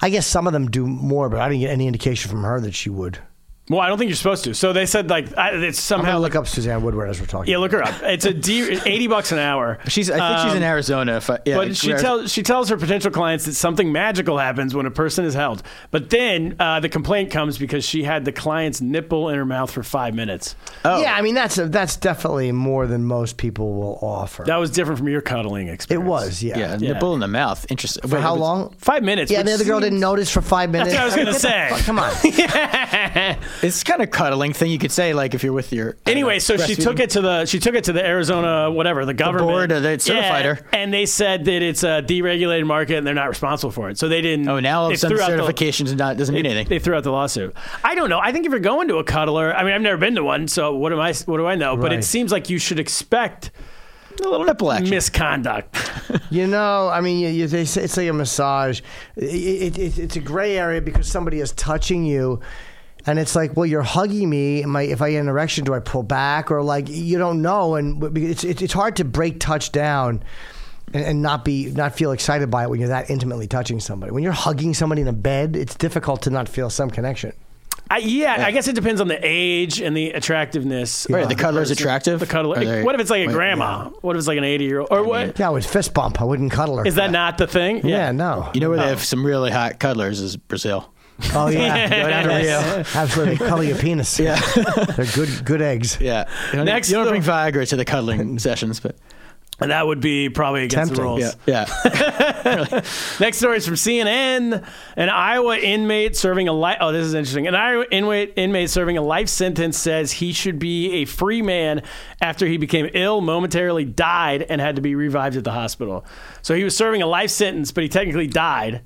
H: I guess some of them do more, but I didn't get any indication from her that she would.
D: Well, I don't think you're supposed to. So they said like I, it's
H: I'm
D: somehow
H: gonna look up Suzanne Woodward as we're talking.
D: Yeah, look her up. It's a D, eighty bucks an hour.
E: She's. I think she's in
D: Um,
E: Arizona. If I, yeah,
D: But she
E: Arizona.
D: tells she tells her potential clients that something magical happens when a person is held. But then uh, the complaint comes because she had the client's nipple in her mouth for five minutes.
E: Uh,
H: Yeah, I mean that's a, that's definitely more than most people will offer.
D: That was different from your cuddling experience.
H: it was, yeah.
E: Yeah,
D: Yeah.
E: nipple in the mouth. Interesting.
H: For how long?
D: five minutes.
H: Yeah,
D: which
H: and the other girl
D: seems-
H: [LAUGHS] didn't notice for five minutes.
D: what I was gonna
H: Get the
D: say.
H: fuck- Come on.
E: It's kind of cuddling thing you could say, like if you're with your. I don't
D: [LAUGHS]
E: know,
D: Anyway, so she
E: breastfeeding.
D: took it to the she took it to the Arizona whatever the government
E: board, uh, they certified
D: Yeah,
E: her.
D: and they said that it's a deregulated market and they're not responsible for it. So they didn't.
E: Oh, now all of
D: they
E: a sudden
D: threw out the-
E: certifications and not doesn't mean anything.
D: They threw out the lawsuit. I don't know. I think if you're going to a cuddler, I mean, I've never been to one, so what am I? What do I know? But it
H: Right.
D: seems like you should expect
E: A little nipple action.
D: misconduct.
H: You know, I mean, you, you, they say it's like a massage. It, it, it, it's a gray area because somebody is touching you, and it's like, well, you're hugging me. Am I, if I get an erection, do I pull back or like you don't know? And w- it's it's it's hard to break touch down. And, and not be not feel excited by it when you're that intimately touching somebody. When you're hugging somebody in a bed, it's difficult to not feel some connection.
D: I, yeah, I guess it depends on the age and the attractiveness.
E: Right, the cuddler's attractive.
D: The cuddler.
E: Or they-
D: what if it's like a
E: wait,
D: grandma? What if it's like an 80 year old? Or what? Is
H: Yeah, I would fist bump. I wouldn't cuddle her.
D: that not the thing?
H: Yeah, no.
E: You know where
D: Oh.
E: they have some really hot cuddlers is Brazil.
H: Oh yeah,
D: Go down to Rio.
H: Absolutely, cuddle your penis. Yeah, they're good good eggs.
E: Yeah. You don't,
D: Next
E: you don't
D: to-
E: bring Viagra to the [LAUGHS] cuddling sessions, but
D: And that would be probably against the
H: Tempting,
D: rules.
E: yeah, yeah.
D: Next story is from CNN. An Iowa inmate serving a life. Oh, this is interesting. An Iowa inmate inmate serving a life sentence says he should be a free man after he became ill, momentarily died, and had to be revived at the hospital. So he was serving a life sentence, but he technically
E: [LAUGHS]
D: died,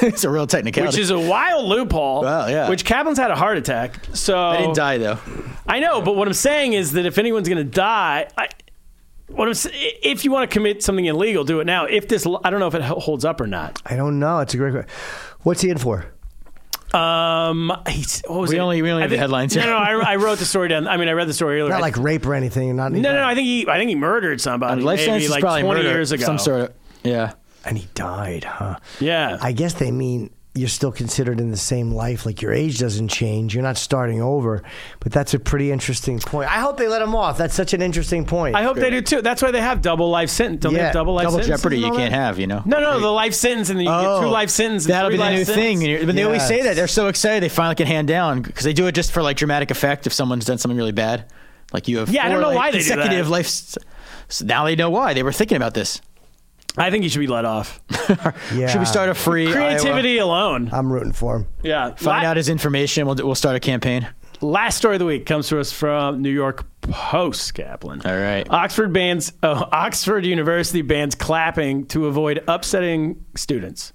E: it's a real technicality.
D: which is a wild loophole.
E: Wow, yeah.
D: Which Kaplan's had a heart attack. So
E: I didn't die though.
D: I know, but what I'm saying is that if anyone's going to die, I, what I'm s- if you want to commit something illegal, do it now. If this, I don't know if it holds up or not.
H: I don't know. It's a great question. What's he in for?
D: Um, he's, what was
E: We
D: it?
E: only- we only
D: I
E: have the headlines
D: No,
E: here.
D: no, I, I wrote the story down. I mean, I read the story earlier.
H: Not
D: I-
H: like rape or anything. Not
D: no, no, no. I think he, I think he murdered somebody.
E: Uh, life
D: maybe
E: sentence
D: like
E: is probably
D: 20
E: murder,
D: years ago.
E: some sort of. Yeah.
H: and he died, huh?
D: Yeah.
H: I guess they mean you're still considered in the same life. Like your age doesn't change. You're not starting over. But that's a pretty interesting point. I hope they let him off. That's such an interesting point.
D: I hope they do too. That's why they have double life sentence. Don't they
H: Yeah,
D: have double life
E: Double
D: sentences
E: jeopardy
D: and
E: you
D: all
E: can't
D: that?
E: have, you know.
D: No, no, the life sentence, and then you get two
E: Oh.
D: life sentences.
E: That'll
D: three
E: be the
D: life
E: new
D: sentence.
E: thing. And you're- But they always say
H: Yes.
E: that they're so excited they finally can hand down because they do it just for like dramatic effect if someone's done something really bad. Like you have
D: Yeah, I
E: four,
D: don't know
E: like,
D: why they do that.
E: consecutive life. s- So now they know why they were thinking about this.
D: I think he should be let
E: [LAUGHS]
D: off.
H: Yeah.
E: Should we start a free Iowa-
D: Creativity alone.
H: I'm rooting for him.
D: Yeah.
E: Find
D: La-
E: out his information. We'll, do- we'll start a campaign.
D: Last story of the week comes to us from New York Post, Kaplan.
E: All right.
D: Oxford bans oh, Oxford University bans clapping to avoid upsetting students.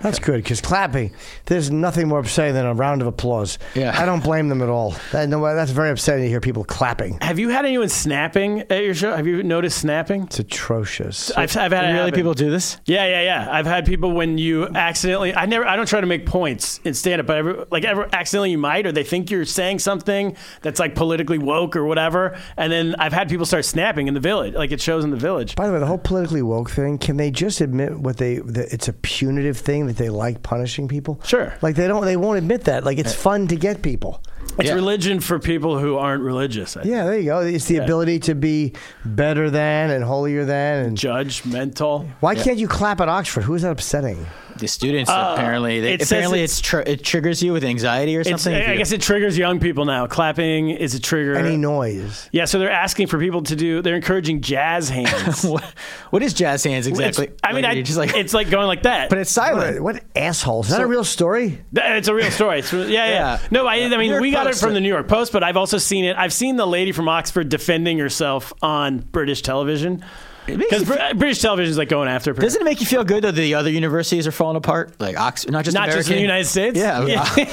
H: That's good because clapping. There's nothing more upsetting than a round of applause.
E: Yeah.
H: I don't blame them at all. That- no, that's very upsetting to hear people clapping.
D: Have you had anyone snapping at your show? Have you noticed snapping?
H: It's atrocious.
D: I've, I've had it
E: Really,
D: happen.
E: people do this?
D: Yeah, yeah, yeah. I've had people when you accidentally. I never. I don't try to make points in stand up, but every, like ever accidentally you might, or they think you're saying something that's like politically woke or whatever, and then I've had people start snapping in the village. Like it shows in the village.
H: By the way, the whole politically woke thing, can they just admit what they, that it's a punitive thing that they like punishing people?
D: Sure.
H: Like they don't, they won't admit that. Like it's fun to get people.
D: It's
E: Yeah.
D: religion for people who aren't religious. I think.
H: Yeah, there you go. It's the ability to be better than and holier than. And
D: Judgmental.
H: why can't you clap at Oxford? Who is that upsetting?
E: The students apparently they,
D: Uh, it says
E: apparently
D: it's-
E: it's tr- it triggers you with anxiety or
D: It's,
E: something. if
D: I
E: you-
D: guess it triggers young people now. Clapping is a trigger.
H: Any noise?
D: yeah, so they're asking for people to do. They're encouraging jazz hands.
E: what, what is jazz hands exactly?
D: It's- I mean,
E: Like,
D: I,
E: you're just like
D: it's like going like that.
E: [LAUGHS] but it's silent.
H: What, what assholes? Is that a real story?
D: Th- It's a real story. It's re- yeah, yeah,
E: Yeah.
D: No, I, I mean,
E: New York
D: we got it
E: Post.
D: from the New York Post, but I've also seen it. I've seen the lady from Oxford defending herself on British television
E: makes
D: because
E: you feel-
D: British television is like going after. her.
E: Doesn't it make you feel good that the other universities are falling apart? Like Oxford, not just
D: Not just in the
E: American-
D: United States?
E: Yeah,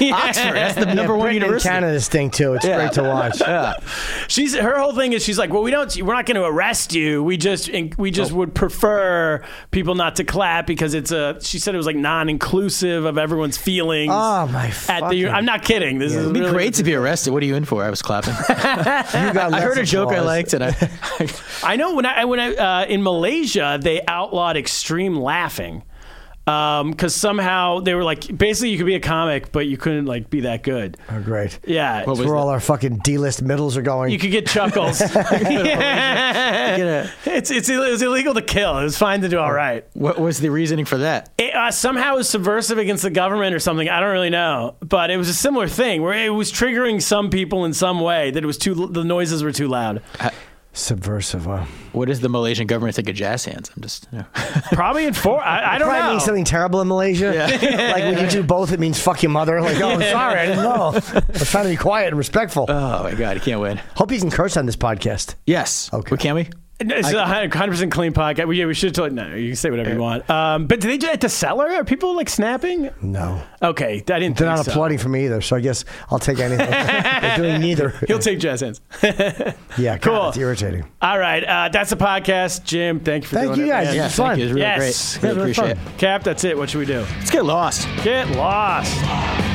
D: [LAUGHS] Yeah.
E: [LAUGHS] Oxford. That's the number one
H: Britain
E: university.
H: and Canada's thing too. It's
E: Yeah.
H: great to watch.
E: Yeah.
D: She's her whole thing is she's like, well, we don't, we're not going to arrest you. We just, we
E: Oh.
D: just would prefer people not to clap because it's a. She said it was like non-inclusive of everyone's feelings.
H: Oh my!
D: at the,
H: fucking-
D: I'm not kidding. This is
E: It'd be
D: really-
E: great to be arrested. What are you in for? I was clapping.
H: You got
E: I heard a
H: less
E: joke I
H: applause.
E: liked, and I
D: I know when I when I uh, in Malaysia they outlawed extreme laughing because somehow they were like basically you could be a comic but you couldn't like be that good.
H: Oh, great.
D: Yeah,
H: That's where all our fucking D-list middles are going.
D: you could get chuckles. [LAUGHS] Yeah. It's it's it was illegal to kill. It was fine to do
H: Oh.
D: all right.
E: [LAUGHS] what was the reasoning for that?
D: It, uh, somehow it was subversive against the government or something. I don't really know, but it was a similar thing where it was triggering some people in some way that it was too the noises were too loud.
H: Subversive, huh?
E: What does the Malaysian government think of jazz hands? I'm just. You know.
D: [LAUGHS] Probably in four. I, I don't
H: Probably
D: know.
H: means something terrible in Malaysia. [LAUGHS] like when you do both, it means fuck your mother. Like, oh, I'm sorry, I didn't know. I was trying to be quiet and respectful.
D: Uh.
E: oh my god, I can't win.
H: Hope you can curse on this podcast.
E: Yes.
H: Okay.
E: Well, can we?
D: It's a hundred percent clean podcast. We, yeah, we should totally. No, you can say whatever you want. Um, but do they do that to seller? Are people like snapping?
H: No,
D: Okay, I didn't.
H: they're
D: think
H: not
D: so.
H: applauding for me either. So I guess I'll
D: [LAUGHS]
H: take anything. they're doing neither.
D: He'll take jazz hands. [LAUGHS]
H: yeah, God,
D: Cool.
H: It's irritating.
D: All right, uh, that's the podcast, Jim. Thank you for
H: Thank
D: doing
H: you
D: it, man.
H: guys. This
E: Yeah,
H: is
E: thank
H: fun.
E: you. It's really
D: Yes.
E: great. Really
H: This was
E: appreciate
H: fun.
E: it.
D: Cap, that's it. What should we do?
E: Let's get lost.
D: Get lost.
G: Get